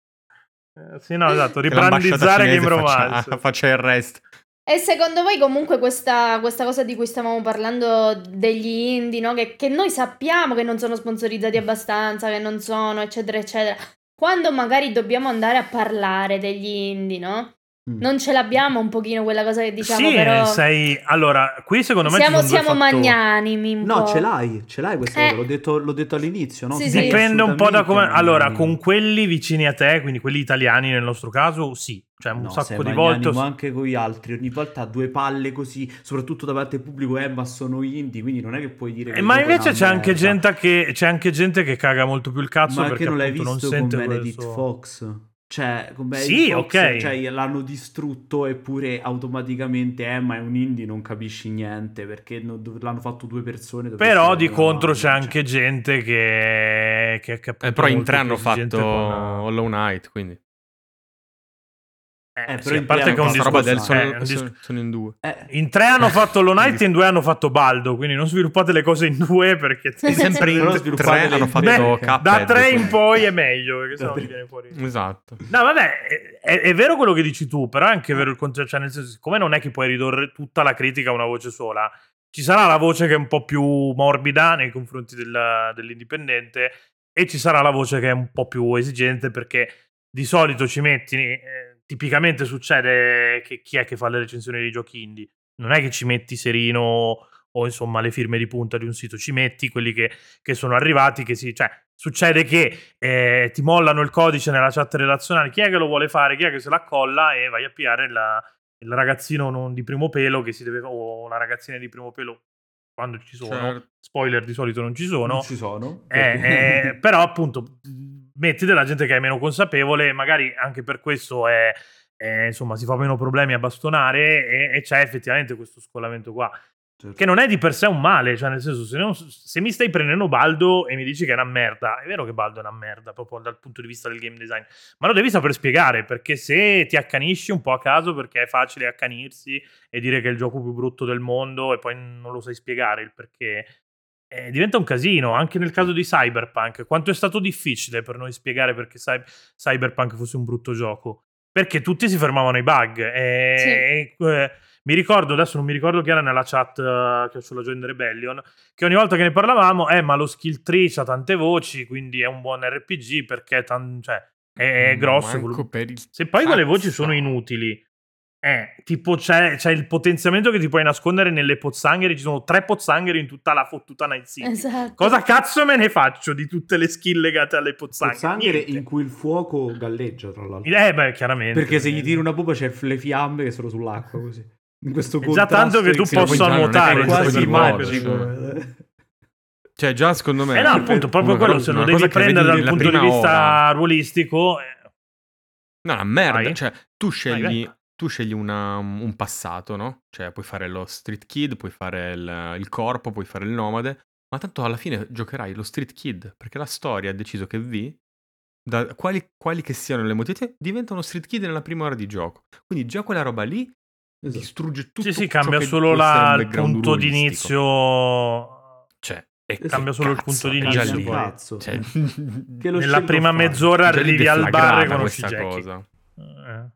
Speaker 2: Eh, Sì, no, esatto.
Speaker 3: Che l'ambasciata
Speaker 2: Ribrandizzare
Speaker 3: cinese
Speaker 2: Game
Speaker 3: *laughs* faccia-
Speaker 2: Romance.
Speaker 3: Faccia il resto.
Speaker 5: E secondo voi comunque questa, questa cosa di cui stavamo parlando degli indie, no? che, che noi sappiamo che non sono sponsorizzati abbastanza, che non sono, eccetera, eccetera, quando magari dobbiamo andare a parlare degli indie, no?
Speaker 4: Mm.
Speaker 5: Non ce l'abbiamo un pochino quella cosa che diciamo,
Speaker 2: sì,
Speaker 5: però
Speaker 2: eh, sei... Allora, qui secondo me
Speaker 5: siamo,
Speaker 2: ci sono due
Speaker 5: siamo
Speaker 2: fattori.
Speaker 5: magnanimi un
Speaker 4: No,
Speaker 5: po'.
Speaker 4: ce l'hai, ce l'hai questa
Speaker 5: Eh.
Speaker 4: cosa, l'ho detto, l'ho detto all'inizio, no?
Speaker 5: Sì,
Speaker 4: Sì,
Speaker 5: sì.
Speaker 2: Dipende un po' da come.
Speaker 4: assolutamente.
Speaker 2: Allora, con quelli vicini a te, quindi quelli italiani nel nostro caso, sì. Cioè, un
Speaker 4: No, sei
Speaker 2: sacco di
Speaker 4: magnanimo
Speaker 2: volte. ho-
Speaker 4: anche con gli altri, ogni volta ha due palle così, soprattutto da parte del pubblico, eh, ma sono indie, quindi non è che puoi dire...
Speaker 2: Eh,
Speaker 4: che il
Speaker 2: ma
Speaker 4: gioco è
Speaker 2: invece
Speaker 4: una
Speaker 2: c'è anche,
Speaker 4: merda.
Speaker 2: gente che, c'è anche gente che caga molto più il cazzo
Speaker 4: esatto. Ma
Speaker 2: perché
Speaker 4: anche non l'hai
Speaker 2: appunto
Speaker 4: visto
Speaker 2: non sente
Speaker 4: con Benedict
Speaker 2: questo-
Speaker 4: Fox? Cioè, con Benedict
Speaker 2: Sì,
Speaker 4: Fox,
Speaker 2: ok.
Speaker 4: cioè, l'hanno distrutto eppure automaticamente, eh, ma è un indie, non capisci niente, perché non- dov- l'hanno fatto due persone. dove
Speaker 2: Però
Speaker 4: c'era
Speaker 2: di
Speaker 4: una
Speaker 2: contro
Speaker 4: mano,
Speaker 2: c'è
Speaker 4: cioè.
Speaker 2: anche gente che. che, che appunto
Speaker 3: Eh, però
Speaker 2: è
Speaker 3: in
Speaker 2: molto
Speaker 3: tre hanno
Speaker 2: più esigente
Speaker 3: fatto
Speaker 2: con-
Speaker 3: Hollow Knight, quindi...
Speaker 2: Eh,
Speaker 4: Eh,
Speaker 2: sì,
Speaker 4: però
Speaker 2: a
Speaker 4: in
Speaker 2: parte
Speaker 4: tre
Speaker 2: che è un
Speaker 4: hanno
Speaker 3: Questa
Speaker 2: discorso,
Speaker 3: roba del sono,
Speaker 2: eh, è un dis-
Speaker 3: sono- sono in due.
Speaker 4: Eh,
Speaker 2: In tre hanno fatto Hollow Knight, in due hanno fatto Baldo, quindi non sviluppate le cose in due perché...
Speaker 5: Sì, sì.
Speaker 3: Sempre
Speaker 4: Però
Speaker 3: in
Speaker 4: sviluppate
Speaker 3: tre
Speaker 4: le
Speaker 3: hanno
Speaker 4: intere.
Speaker 3: fatto
Speaker 4: Beh,
Speaker 3: Cuphead.
Speaker 2: Da tre in
Speaker 3: quindi-
Speaker 2: poi è meglio, perché sennò
Speaker 4: Da
Speaker 2: ti
Speaker 4: tre-
Speaker 2: viene fuori...
Speaker 3: Esatto.
Speaker 2: No, vabbè, è, è vero quello che dici tu, però è anche vero il concetto, cioè nel senso, siccome non è che puoi ridurre tutta la critica a una voce sola, ci sarà la voce che è un po' più morbida nei confronti del- dell'indipendente e ci sarà la voce che è un po' più esigente perché di solito ci metti, eh, tipicamente succede che chi è che fa le recensioni dei giochi indie, non è che ci metti Serino o insomma le firme di punta di un sito, ci metti quelli che che sono arrivati, che si, cioè, succede che eh, ti mollano il codice nella chat relazionale, chi è che lo vuole fare, chi è che se la colla e vai a piare la- il ragazzino non di primo pelo che si deve, o la ragazzina di primo pelo quando ci sono,
Speaker 3: Certo.
Speaker 2: spoiler di solito non ci sono,
Speaker 4: non ci sono. *laughs*
Speaker 2: eh, eh, però appunto metti della gente che è meno consapevole, magari anche per questo è, è, insomma, si fa meno problemi a bastonare e- e c'è effettivamente questo scollamento qua che non è di per sé un male, cioè nel senso se, non- se mi stai prendendo Baldo e mi dici che è una merda, è vero che Baldo è una merda proprio dal punto di vista del game design, ma lo devi saper spiegare perché se ti accanisci un po' a caso perché è facile accanirsi e dire che è il gioco più brutto del mondo e poi non lo sai spiegare il perché, eh, diventa un casino, anche nel caso di Cyberpunk, quanto è stato difficile per noi spiegare perché Cy- Cyberpunk fosse un brutto gioco, perché tutti si fermavano ai bug e... e- eh, mi ricordo, adesso non mi ricordo chi era nella chat eh, che ho sulla Join the Rebellion, che ogni volta che ne parlavamo, eh, ma lo skill tree ha tante voci, quindi è un buon RPG perché tan- cioè, è, è grosso.
Speaker 3: Mm,
Speaker 2: quello-
Speaker 3: Manco per il
Speaker 2: Se poi quelle voci
Speaker 3: cazzo.
Speaker 2: sono inutili, eh, tipo c'è, c'è il potenziamento che ti puoi nascondere nelle pozzanghere, ci sono tre pozzanghere in tutta la fottuta Night City.
Speaker 5: Esatto.
Speaker 2: Cosa cazzo me ne faccio di tutte le skill legate alle
Speaker 4: Il
Speaker 2: pozzanghere?
Speaker 4: sangue
Speaker 2: Niente.
Speaker 4: in cui il fuoco galleggia, tra l'altro.
Speaker 2: Eh beh, chiaramente. Eh,
Speaker 4: Perché se gli tiri una bomba c'è le fiamme che sono sull'acqua così. In questo
Speaker 2: È già tanto che tu
Speaker 4: contrasto
Speaker 3: possa
Speaker 4: ex-
Speaker 3: nuotare,
Speaker 4: è quasi
Speaker 3: gioco
Speaker 4: magico.
Speaker 3: del Cioè, già secondo me...
Speaker 2: Eh no, appunto, proprio
Speaker 3: una
Speaker 2: quello,
Speaker 3: cosa-
Speaker 2: se lo
Speaker 3: una
Speaker 2: devi
Speaker 3: cosa che
Speaker 2: prendere
Speaker 3: vedi
Speaker 2: dal
Speaker 3: nella
Speaker 2: punto di
Speaker 3: prima
Speaker 2: vista ruolistico, eh,
Speaker 3: No, una merda.
Speaker 2: Vai.
Speaker 3: Cioè, tu scegli,
Speaker 2: vai.
Speaker 3: tu scegli una- un passato, no? Cioè, puoi fare lo street kid, puoi fare il, il corpo, puoi fare il nomade. Ma tanto alla fine giocherai lo street kid. Perché la storia ha deciso che vi, da quali, quali che siano le motivazioni, diventa uno street kid nella prima ora di gioco. Quindi già quella roba lì
Speaker 4: Eh, Esatto.
Speaker 3: distrugge tutto.
Speaker 2: Sì, sì,
Speaker 3: ciò
Speaker 2: cambia
Speaker 3: che
Speaker 2: solo
Speaker 3: può
Speaker 2: la-
Speaker 3: essere un
Speaker 2: il
Speaker 3: background
Speaker 2: punto di
Speaker 3: ruolistico.
Speaker 2: inizio.
Speaker 3: Cioè, e
Speaker 4: Esatto.
Speaker 2: Cambia solo il punto di
Speaker 3: già
Speaker 2: inizio,
Speaker 3: lì.
Speaker 2: poi.
Speaker 4: Cazzo.
Speaker 3: Cioè,
Speaker 4: Che lo
Speaker 2: Nella
Speaker 4: scelgo
Speaker 2: prima
Speaker 4: a fare.
Speaker 2: mezz'ora
Speaker 3: già lì
Speaker 2: arrivi al bar e
Speaker 3: deflagrata
Speaker 2: conosci
Speaker 3: questa
Speaker 2: Jackie.
Speaker 3: cosa.
Speaker 2: Eh.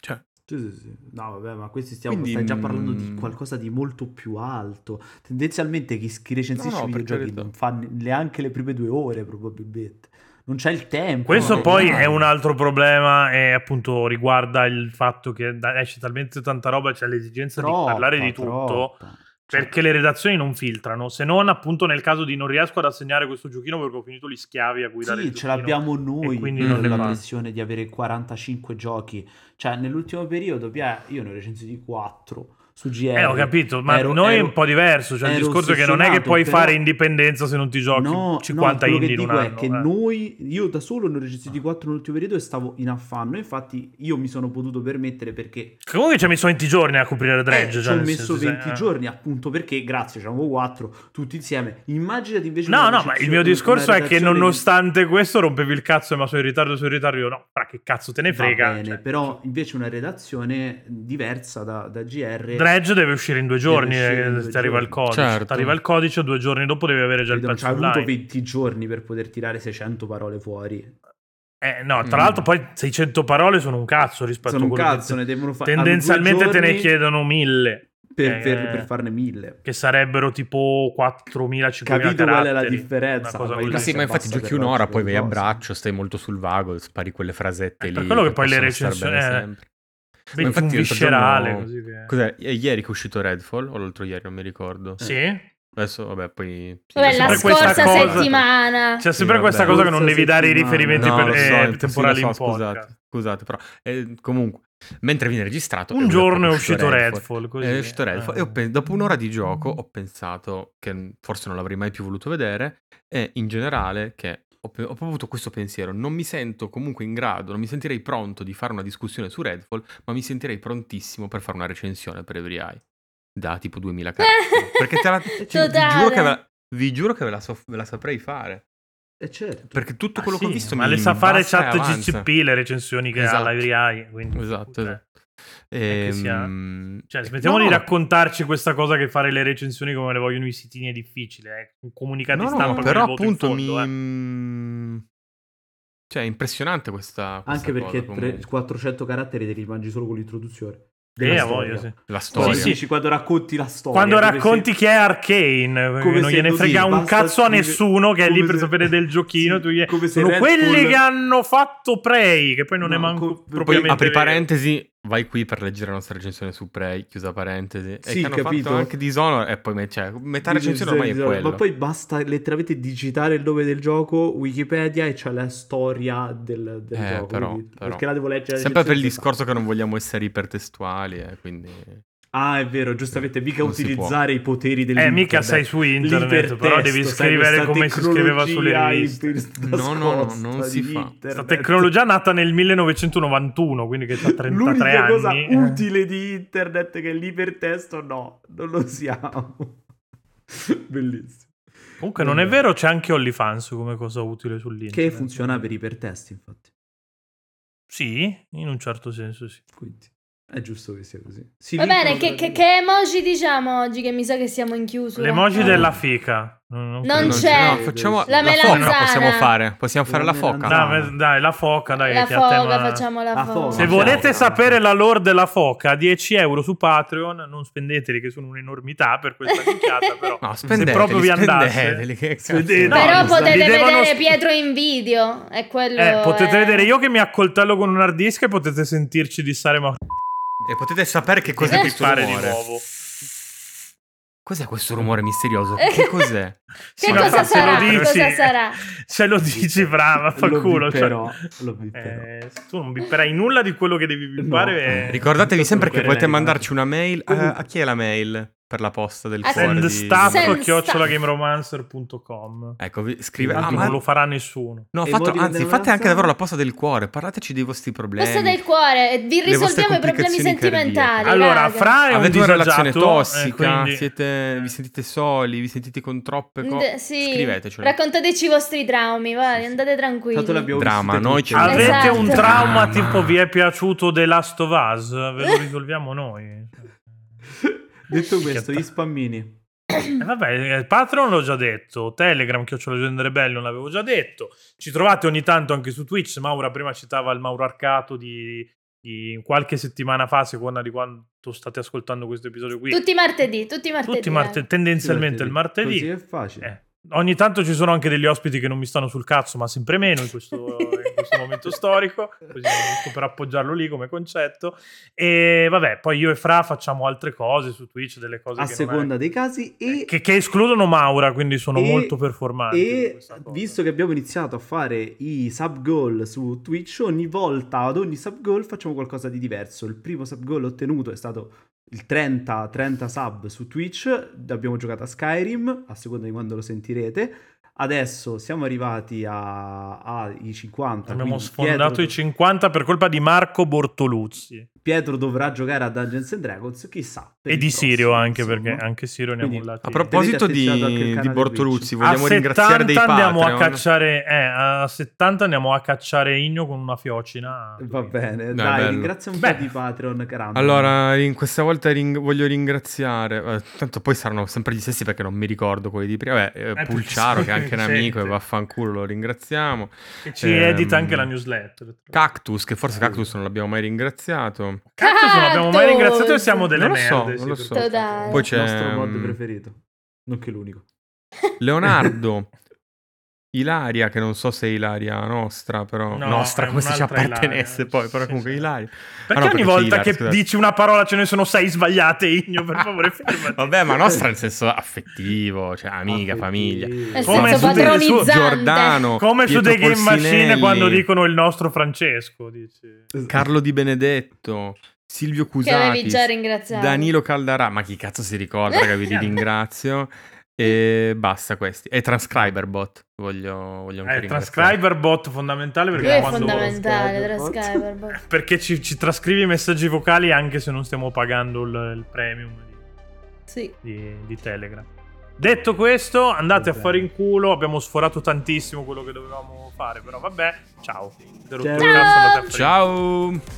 Speaker 3: Cioè,
Speaker 4: Sì, sì, sì. No, vabbè, ma questi stiamo
Speaker 3: Quindi,
Speaker 4: stai già parlando di
Speaker 3: mm,
Speaker 4: qualcosa di molto più alto. Tendenzialmente chi, chi recensisce
Speaker 3: No, no, per
Speaker 4: videogiochi
Speaker 3: carità.
Speaker 4: non fa neanche le prime due ore, probabilmente. Non c'è il tempo. Eh,
Speaker 2: Questo
Speaker 4: non è
Speaker 2: poi
Speaker 4: male.
Speaker 2: è un altro problema e appunto riguarda il fatto che da- esce talmente tanta roba, c'è l'esigenza di
Speaker 4: Troppa,
Speaker 2: parlare di tutto.
Speaker 4: troppa. Cioè,
Speaker 2: Perché le redazioni non filtrano, se non appunto nel caso di non riesco ad assegnare questo giochino perché ho finito gli schiavi a guidare
Speaker 4: Sì,
Speaker 2: il
Speaker 4: ce
Speaker 2: giochino.
Speaker 4: l'abbiamo noi eh,
Speaker 2: quindi
Speaker 3: non le
Speaker 4: la
Speaker 3: fa.
Speaker 4: pressione di avere 45 giochi. Cioè, nell'ultimo periodo, Pia, io ne ho recensiti 4 su GR.
Speaker 2: Eh, ho capito, ma
Speaker 4: Ero-
Speaker 2: noi è
Speaker 4: ero-
Speaker 2: un po' diverso. Cioè, il
Speaker 4: ero
Speaker 2: discorso è che non è che
Speaker 4: ossessionato,
Speaker 2: puoi
Speaker 4: però-
Speaker 2: fare indipendenza se non ti giochi
Speaker 4: No, no,
Speaker 2: 50
Speaker 4: quello
Speaker 2: indie
Speaker 4: che
Speaker 2: in un
Speaker 4: dico
Speaker 2: anno.
Speaker 4: è che
Speaker 2: eh. Ah.
Speaker 4: noi, io da solo ne ho recensiti 4 nell'ultimo periodo e stavo in affanno. Infatti, io mi sono potuto permettere perché
Speaker 2: Comunque ci ho messo 20 giorni a coprire
Speaker 4: eh,
Speaker 2: Dredge.
Speaker 4: ci
Speaker 2: cioè,
Speaker 4: ho
Speaker 2: nel
Speaker 4: messo
Speaker 2: senso, se-
Speaker 4: 20
Speaker 2: eh.
Speaker 4: giorni appunto perché, grazie, c'avevo 4 tutti insieme. Immaginati invece.
Speaker 2: No, no,
Speaker 4: una
Speaker 2: ma il
Speaker 4: recensione-
Speaker 2: mio
Speaker 4: una
Speaker 2: discorso è che
Speaker 4: redazione
Speaker 2: nonostante questo rompevi il cazzo e ma sono in ritardo, sono in ritardo. Io no, ma che cazzo te ne
Speaker 4: Va
Speaker 2: frega.
Speaker 4: bene,
Speaker 2: cioè.
Speaker 4: però invece una redazione diversa da, da GR.
Speaker 2: Dredge deve uscire in due giorni,
Speaker 4: uscire in
Speaker 2: eh,
Speaker 4: due
Speaker 2: ti arriva il
Speaker 4: giorni.
Speaker 2: codice.
Speaker 3: Certo.
Speaker 2: Ti arriva il codice, due giorni dopo devi avere già il
Speaker 4: Capito?
Speaker 2: pezzo
Speaker 4: Cioè, ha avuto
Speaker 2: online.
Speaker 4: 20 giorni per poter tirare 600 parole fuori.
Speaker 2: Eh, no, tra
Speaker 3: Mm.
Speaker 2: l'altro poi 600 parole sono un cazzo rispetto
Speaker 4: Sono
Speaker 2: a
Speaker 4: un
Speaker 2: quello che
Speaker 4: cazzo, ne devono fare
Speaker 2: Tendenzialmente te ne chiedono 1000,
Speaker 4: per, per-
Speaker 2: eh.
Speaker 4: per farne mille.
Speaker 2: che sarebbero tipo 4.000, 5.000
Speaker 4: Capito qual è la
Speaker 2: caratteri,
Speaker 4: differenza,
Speaker 2: una cosa
Speaker 4: ma poi
Speaker 2: così.
Speaker 3: Ma sì, ma infatti
Speaker 4: basta
Speaker 3: giochi
Speaker 4: per
Speaker 3: un'ora,
Speaker 4: forza
Speaker 3: poi
Speaker 4: delle
Speaker 3: vai a
Speaker 4: cose.
Speaker 3: braccio, stai molto sul vago, spari quelle frasette
Speaker 2: È
Speaker 3: lì.
Speaker 2: Eh, per quello che poi le
Speaker 3: possono star
Speaker 2: recensioni-
Speaker 3: bene
Speaker 2: eh.
Speaker 3: sempre.
Speaker 2: Vedi,
Speaker 3: Ma infatti
Speaker 2: un
Speaker 3: l'altro
Speaker 2: viscerale,
Speaker 3: giorno-
Speaker 2: così che-
Speaker 3: Cos'è? I- Ieri che è uscito Redfall, o l'altro ieri, non mi ricordo.
Speaker 4: Eh.
Speaker 2: Sì?
Speaker 3: Adesso, vabbè, poi... sì,
Speaker 5: Vabbè,
Speaker 3: adesso-
Speaker 5: la
Speaker 2: sempre questa
Speaker 5: scorsa
Speaker 2: cosa.
Speaker 5: settimana.
Speaker 2: C'è sempre
Speaker 3: vabbè.
Speaker 2: questa cosa che non
Speaker 4: Forse
Speaker 2: devi dare i
Speaker 4: settimana.
Speaker 2: riferimenti
Speaker 4: No,
Speaker 2: per
Speaker 3: lo so,
Speaker 2: eh,
Speaker 3: sì,
Speaker 2: temporali
Speaker 3: lo
Speaker 2: in
Speaker 3: so,
Speaker 2: podcast.
Speaker 3: scusate, scusate, però eh, comunque, mentre viene registrato,
Speaker 2: Un
Speaker 3: Esatto, è
Speaker 2: giorno è uscito Redfall, così.
Speaker 3: È uscito Redfall
Speaker 2: Eh.
Speaker 3: e ho pe- dopo un'ora di gioco ho pensato che forse non l'avrei mai più voluto vedere e in generale che ho, pe- ho proprio avuto questo pensiero, non mi sento comunque in grado, non mi sentirei pronto di fare una discussione su Redfall, ma mi sentirei prontissimo per fare una recensione per Every Eye da tipo 2000 caratteri. Perché te la, cioè, vi,
Speaker 5: Totale.
Speaker 3: giuro che ve la, vi giuro che ve la, so- ve la saprei fare.
Speaker 4: Eh, certo.
Speaker 3: Perché tutto
Speaker 2: Ah,
Speaker 3: quello che
Speaker 2: sì,
Speaker 3: ho visto
Speaker 2: ma
Speaker 3: mi
Speaker 2: le sa fare
Speaker 3: mm, basta e
Speaker 2: chat
Speaker 3: avanza.
Speaker 2: GCP le recensioni che
Speaker 3: Esatto.
Speaker 2: ha l'AVI quindi
Speaker 3: Esatto,
Speaker 2: Eh.
Speaker 3: esatto.
Speaker 2: che sia-
Speaker 3: Ehm,
Speaker 2: Cioè, smettiamo
Speaker 3: no,
Speaker 2: di
Speaker 3: no,
Speaker 2: raccontarci questa cosa che fare le recensioni come le vogliono i sitini è difficile. Eh. Un comunicato
Speaker 3: No,
Speaker 2: di
Speaker 3: no,
Speaker 2: stampa con
Speaker 3: però
Speaker 2: il voto in
Speaker 3: appunto
Speaker 2: fondo,
Speaker 3: mi...
Speaker 2: eh.
Speaker 3: mm, Cioè, è impressionante questa, questa
Speaker 4: Anche perché
Speaker 3: cosa, comunque.
Speaker 4: tre- 400 caratteri te li mangi solo con l'introduzione.
Speaker 2: Eh,
Speaker 4: Della
Speaker 2: a voglia,
Speaker 4: storia.
Speaker 2: sì.
Speaker 3: La
Speaker 4: Poi
Speaker 3: storia.
Speaker 2: Sì, sì.
Speaker 4: dici quando racconti la storia.
Speaker 2: Quando
Speaker 4: dove
Speaker 2: racconti
Speaker 4: sei-
Speaker 2: chi è Arcane,
Speaker 4: come
Speaker 2: non
Speaker 4: se
Speaker 2: gliene
Speaker 4: così,
Speaker 2: frega un
Speaker 4: basta
Speaker 2: cazzo a
Speaker 4: scrivere-
Speaker 2: nessuno che è lì
Speaker 4: come
Speaker 2: per
Speaker 4: se-
Speaker 2: sapere
Speaker 3: *laughs*
Speaker 2: del giochino.
Speaker 4: Sì,
Speaker 2: tu gli-
Speaker 4: come se
Speaker 2: Sono
Speaker 4: Red
Speaker 2: quelli
Speaker 4: Bull-
Speaker 2: che hanno fatto Prey, che poi non è
Speaker 4: No,
Speaker 2: manco
Speaker 4: co- poi
Speaker 3: Poi
Speaker 2: propriamente
Speaker 3: apri
Speaker 2: vero.
Speaker 3: parentesi, vai qui per leggere la nostra recensione su Prey, chiusa parentesi.
Speaker 4: Sì,
Speaker 3: e che hanno
Speaker 4: capito.
Speaker 3: fatto anche Dishonored, e poi me- cioè, metà recensione ormai è quello.
Speaker 4: Ma poi basta letteralmente digitare il nome del gioco, Wikipedia e c'è la storia del, del
Speaker 3: Eh,
Speaker 4: gioco.
Speaker 3: però,
Speaker 4: quindi-
Speaker 3: però.
Speaker 4: Perché la devo leggere.
Speaker 3: Sempre per il
Speaker 4: recensione,
Speaker 3: discorso che non vogliamo essere ipertestuali, eh, quindi...
Speaker 4: Ah, è vero, giustamente, mica
Speaker 3: Non si può.
Speaker 4: utilizzare i poteri del
Speaker 2: Eh, mica sei su internet, però devi scrivere come si scriveva sulle riviste.
Speaker 3: No, no, no, non si fa.
Speaker 2: Questa tecnologia è nata nel 1991, quindi che
Speaker 4: *laughs*
Speaker 2: ha 33
Speaker 4: L'unica
Speaker 2: anni.
Speaker 4: cosa
Speaker 2: Eh.
Speaker 4: utile di internet che è l'ipertesto, no, non lo siamo. *laughs* Bellissimo.
Speaker 2: Comunque non è vero, c'è anche OnlyFans come cosa utile sull'internet.
Speaker 4: Che funziona per ipertesti, infatti.
Speaker 2: Sì, in un certo senso sì.
Speaker 4: Quindi è giusto che sia così. Si
Speaker 5: Va bene, che,
Speaker 4: vincono
Speaker 5: che-
Speaker 4: tra-
Speaker 5: che emoji diciamo oggi? Che mi sa che siamo in chiusura.
Speaker 2: Le emoji
Speaker 5: Eh.
Speaker 2: della fica.
Speaker 5: Non
Speaker 2: credo.
Speaker 5: c'è.
Speaker 3: No, facciamo...
Speaker 5: La
Speaker 3: La,
Speaker 5: melanzana.
Speaker 3: foca possiamo fare. Possiamo fare
Speaker 4: La
Speaker 3: la, foca.
Speaker 2: Dai,
Speaker 4: melanzana.
Speaker 2: ma- dai, la foca, dai.
Speaker 5: La
Speaker 2: che a
Speaker 5: foga,
Speaker 2: tema-
Speaker 5: facciamo la,
Speaker 4: La
Speaker 5: foga.
Speaker 4: foga.
Speaker 2: Se
Speaker 4: No,
Speaker 2: volete
Speaker 4: no.
Speaker 2: sapere la lore della foca, 10 euro su Patreon, non spendeteli che sono un'enormità per
Speaker 5: *laughs*
Speaker 2: questa minchiata, però.
Speaker 3: No,
Speaker 2: se
Speaker 3: spendeteli,
Speaker 2: proprio vi andasse...
Speaker 3: spendeteli, che cazzo.
Speaker 2: Spendeteli.
Speaker 4: No,
Speaker 5: Però
Speaker 4: mi sa-
Speaker 5: potete
Speaker 2: vi
Speaker 5: vedere
Speaker 2: devono sp-
Speaker 5: Pietro in video. È quello.
Speaker 2: Eh, potete
Speaker 5: eh.
Speaker 2: vedere io che mi accoltello con un hard disk e potete sentirci dissare ma
Speaker 3: E potete sapere che cos'è
Speaker 5: Eh.
Speaker 3: questo
Speaker 2: Fare di
Speaker 3: rumore.
Speaker 2: nuovo.
Speaker 3: Cos'è questo
Speaker 2: *laughs*
Speaker 3: rumore misterioso? Che cos'è?
Speaker 5: Che
Speaker 2: Ma
Speaker 5: cosa
Speaker 2: fa- se lo
Speaker 5: sarà?
Speaker 2: dici-
Speaker 5: Cosa sarà?
Speaker 2: Se lo dici, brava, ma fa
Speaker 4: Lo
Speaker 2: il culo. Ah, cioè.
Speaker 4: bipperò, *laughs* lo bipperò.
Speaker 2: Eh, tu non bipperai nulla di quello che devi
Speaker 4: No.
Speaker 2: bippare. eh.
Speaker 3: Ricordatevi sempre che
Speaker 2: Comunque,
Speaker 3: potete
Speaker 4: lei,
Speaker 3: mandarci una mail. A,
Speaker 4: Comunque.
Speaker 3: a chi è la mail per la posta del
Speaker 5: A-
Speaker 3: cuore?
Speaker 2: Send
Speaker 3: Di...
Speaker 2: stuff
Speaker 5: Send
Speaker 2: a
Speaker 5: stuff.
Speaker 2: chiocciolagameromancer.com
Speaker 3: Ecco, vi scrive.
Speaker 4: Tanto
Speaker 3: Ah,
Speaker 2: Non
Speaker 3: ma...
Speaker 2: lo farà nessuno.
Speaker 3: No,
Speaker 4: E
Speaker 3: fatto-
Speaker 4: motivo
Speaker 3: anzi,
Speaker 4: della
Speaker 3: fate anche
Speaker 4: razza?
Speaker 3: davvero la posta del cuore. Parlateci dei vostri problemi.
Speaker 5: Questo del cuore. eh, Vi
Speaker 3: Le vostre
Speaker 5: risolviamo i problemi
Speaker 3: complicazioni
Speaker 5: sentimentali.
Speaker 2: Allora,
Speaker 5: raga.
Speaker 2: Fra è un
Speaker 3: Avete una relazione
Speaker 2: disagiato, eh,
Speaker 3: tossica?
Speaker 2: quindi-
Speaker 3: siete- Vi sentite soli? Vi sentite con troppe
Speaker 5: Mm,
Speaker 3: cose?
Speaker 5: sì.
Speaker 3: Ecco, Scrivetecelo.
Speaker 5: Raccontateci i vostri traumi, vai,
Speaker 3: Sì, sì.
Speaker 5: andate tranquilli.
Speaker 4: Tanto l'abbiamo
Speaker 3: Drama,
Speaker 4: vissute
Speaker 3: noi
Speaker 4: tutte.
Speaker 3: ci-
Speaker 2: Avete
Speaker 5: Esatto.
Speaker 2: un trauma
Speaker 3: Drama.
Speaker 2: tipo vi è piaciuto The Last of Us? Ve lo risolviamo noi.
Speaker 4: *laughs* Detto questo, gli spammini.
Speaker 2: Eh, vabbè, eh, Patreon l'ho già detto, Telegram, Chiocciola Gender Bello, l'avevo già detto. Ci trovate ogni tanto anche su Twitch. Maura prima citava il Mauro Arcato di, di qualche settimana fa, a seconda di quanto state ascoltando questo episodio qui.
Speaker 5: Tutti i martedì, tutti i martedì.
Speaker 2: Tutti
Speaker 5: eh.
Speaker 2: marte- tendenzialmente il martedì.
Speaker 4: Così è facile.
Speaker 2: Eh, Ogni tanto ci sono anche degli ospiti che non mi stanno sul cazzo, ma sempre meno in
Speaker 5: *laughs*
Speaker 2: questo, in questo momento storico, così giusto per appoggiarlo lì come concetto. E vabbè, poi io e Fra facciamo altre cose su Twitch, delle cose
Speaker 4: a
Speaker 2: che,
Speaker 4: seconda
Speaker 2: non
Speaker 4: dei casi
Speaker 2: è-
Speaker 4: e,
Speaker 2: Eh, che, che escludono Maura, quindi sono
Speaker 4: e-
Speaker 2: molto performanti. in
Speaker 4: e
Speaker 2: questa cosa.
Speaker 4: visto che abbiamo iniziato a fare i sub goal su Twitch ogni volta ad ogni sub goal facciamo qualcosa di diverso il primo sub goal ottenuto è stato il 30 30 sub su Twitch abbiamo giocato a Skyrim a seconda di quando lo sentirete Adesso siamo arrivati a- ai 50.
Speaker 2: abbiamo
Speaker 4: quindi
Speaker 2: sfondato
Speaker 4: Pietro-
Speaker 2: i 50 per colpa di Marco Bortoluzzi
Speaker 4: Pietro dovrà giocare a Dungeons and Dragons, chissà. per
Speaker 2: e
Speaker 4: il
Speaker 2: di Sirio
Speaker 4: prossimo,
Speaker 2: anche,
Speaker 4: insomma.
Speaker 2: perché anche Sirio ne ha
Speaker 4: Quindi,
Speaker 2: mollati.
Speaker 3: A proposito di,
Speaker 4: Tenete attenzionato anche il
Speaker 3: di
Speaker 4: canale
Speaker 3: Bortoluzzi,
Speaker 2: a
Speaker 3: vogliamo
Speaker 2: 70
Speaker 3: ringraziare dei
Speaker 2: andiamo a
Speaker 3: Patreon.
Speaker 2: cacciare eh, a 70 andiamo a cacciare Igno con una fiocina
Speaker 4: Va bene,
Speaker 3: No,
Speaker 4: dai,
Speaker 3: bello.
Speaker 4: ringrazio un
Speaker 2: Beh.
Speaker 4: po' di Patreon, caramba.
Speaker 3: Allora, in questa volta ring- voglio ringraziare. eh, tanto poi saranno sempre gli stessi perché non mi ricordo quelli di prima. Vabbè, eh,
Speaker 2: Eh,
Speaker 3: Pulciaro, che anche
Speaker 2: *laughs*
Speaker 3: che era
Speaker 2: Sente.
Speaker 3: amico e vaffanculo, lo ringraziamo.
Speaker 2: Che ci
Speaker 3: Ehm,
Speaker 2: edita anche la newsletter.
Speaker 3: Cactus, che forse Cactus non l'abbiamo mai ringraziato.
Speaker 2: Cactus non abbiamo mai ringraziato e siamo delle
Speaker 3: Non lo so,
Speaker 2: merde.
Speaker 3: non lo so.
Speaker 2: per
Speaker 5: Dai.
Speaker 3: Poi c'è
Speaker 4: Il nostro mod
Speaker 3: mm,
Speaker 4: preferito. Non che l'unico.
Speaker 2: *laughs*
Speaker 3: Leonardo. Ilaria, che non so se è Ilaria nostra, però...
Speaker 2: No,
Speaker 3: nostra,
Speaker 2: è
Speaker 3: come se ci
Speaker 2: un'altra
Speaker 3: appartenesse
Speaker 2: Ilaria.
Speaker 3: poi, però
Speaker 2: Sì,
Speaker 3: comunque
Speaker 2: sì. *laughs*
Speaker 3: Ilaria.
Speaker 2: Perché
Speaker 3: Ah, no,
Speaker 2: ogni
Speaker 3: c'è
Speaker 2: volta
Speaker 3: Ilaria,
Speaker 2: che
Speaker 3: scusate.
Speaker 2: dici una parola ce ne sono sei sbagliate, Igno? Per
Speaker 3: *laughs*
Speaker 2: favore, fermati. *laughs*
Speaker 3: Vabbè, ma nostra nel senso affettivo, cioè
Speaker 4: Ah,
Speaker 3: amica, famiglia.
Speaker 5: Nel
Speaker 2: Come
Speaker 5: senso
Speaker 2: su dei-
Speaker 5: padronizzante.
Speaker 3: Giordano,
Speaker 2: Come su
Speaker 3: Pietro
Speaker 2: dei game machine
Speaker 3: Polsinelli,
Speaker 2: quando dicono il nostro Francesco. Dici.
Speaker 3: Carlo Di Benedetto, Silvio
Speaker 5: Che avevi già
Speaker 3: Cusati,
Speaker 5: ringraziato.
Speaker 3: Danilo Caldarà, ma chi cazzo si ricorda, raga, vi
Speaker 5: *laughs*
Speaker 3: ringrazio. E basta questi. E Transcriberbot, voglio, voglio anche
Speaker 2: Eh,
Speaker 3: ringraziare.
Speaker 2: transcriber bot fondamentale
Speaker 5: Lui
Speaker 2: perché
Speaker 5: è
Speaker 2: quando-
Speaker 5: fondamentale tra
Speaker 4: Skype,
Speaker 5: Skype.
Speaker 2: perché ci, ci trascrivi i messaggi vocali anche se non stiamo pagando il, il premium
Speaker 5: Sì.
Speaker 2: di, di- di Telegram. Detto questo, andate a
Speaker 4: Bene.
Speaker 2: fare in culo. Abbiamo sforato tantissimo quello che dovevamo fare, però vabbè. Ciao. Avete rotto il
Speaker 4: Ciao.
Speaker 2: cazzo, andate a fare in culo.
Speaker 3: Ciao!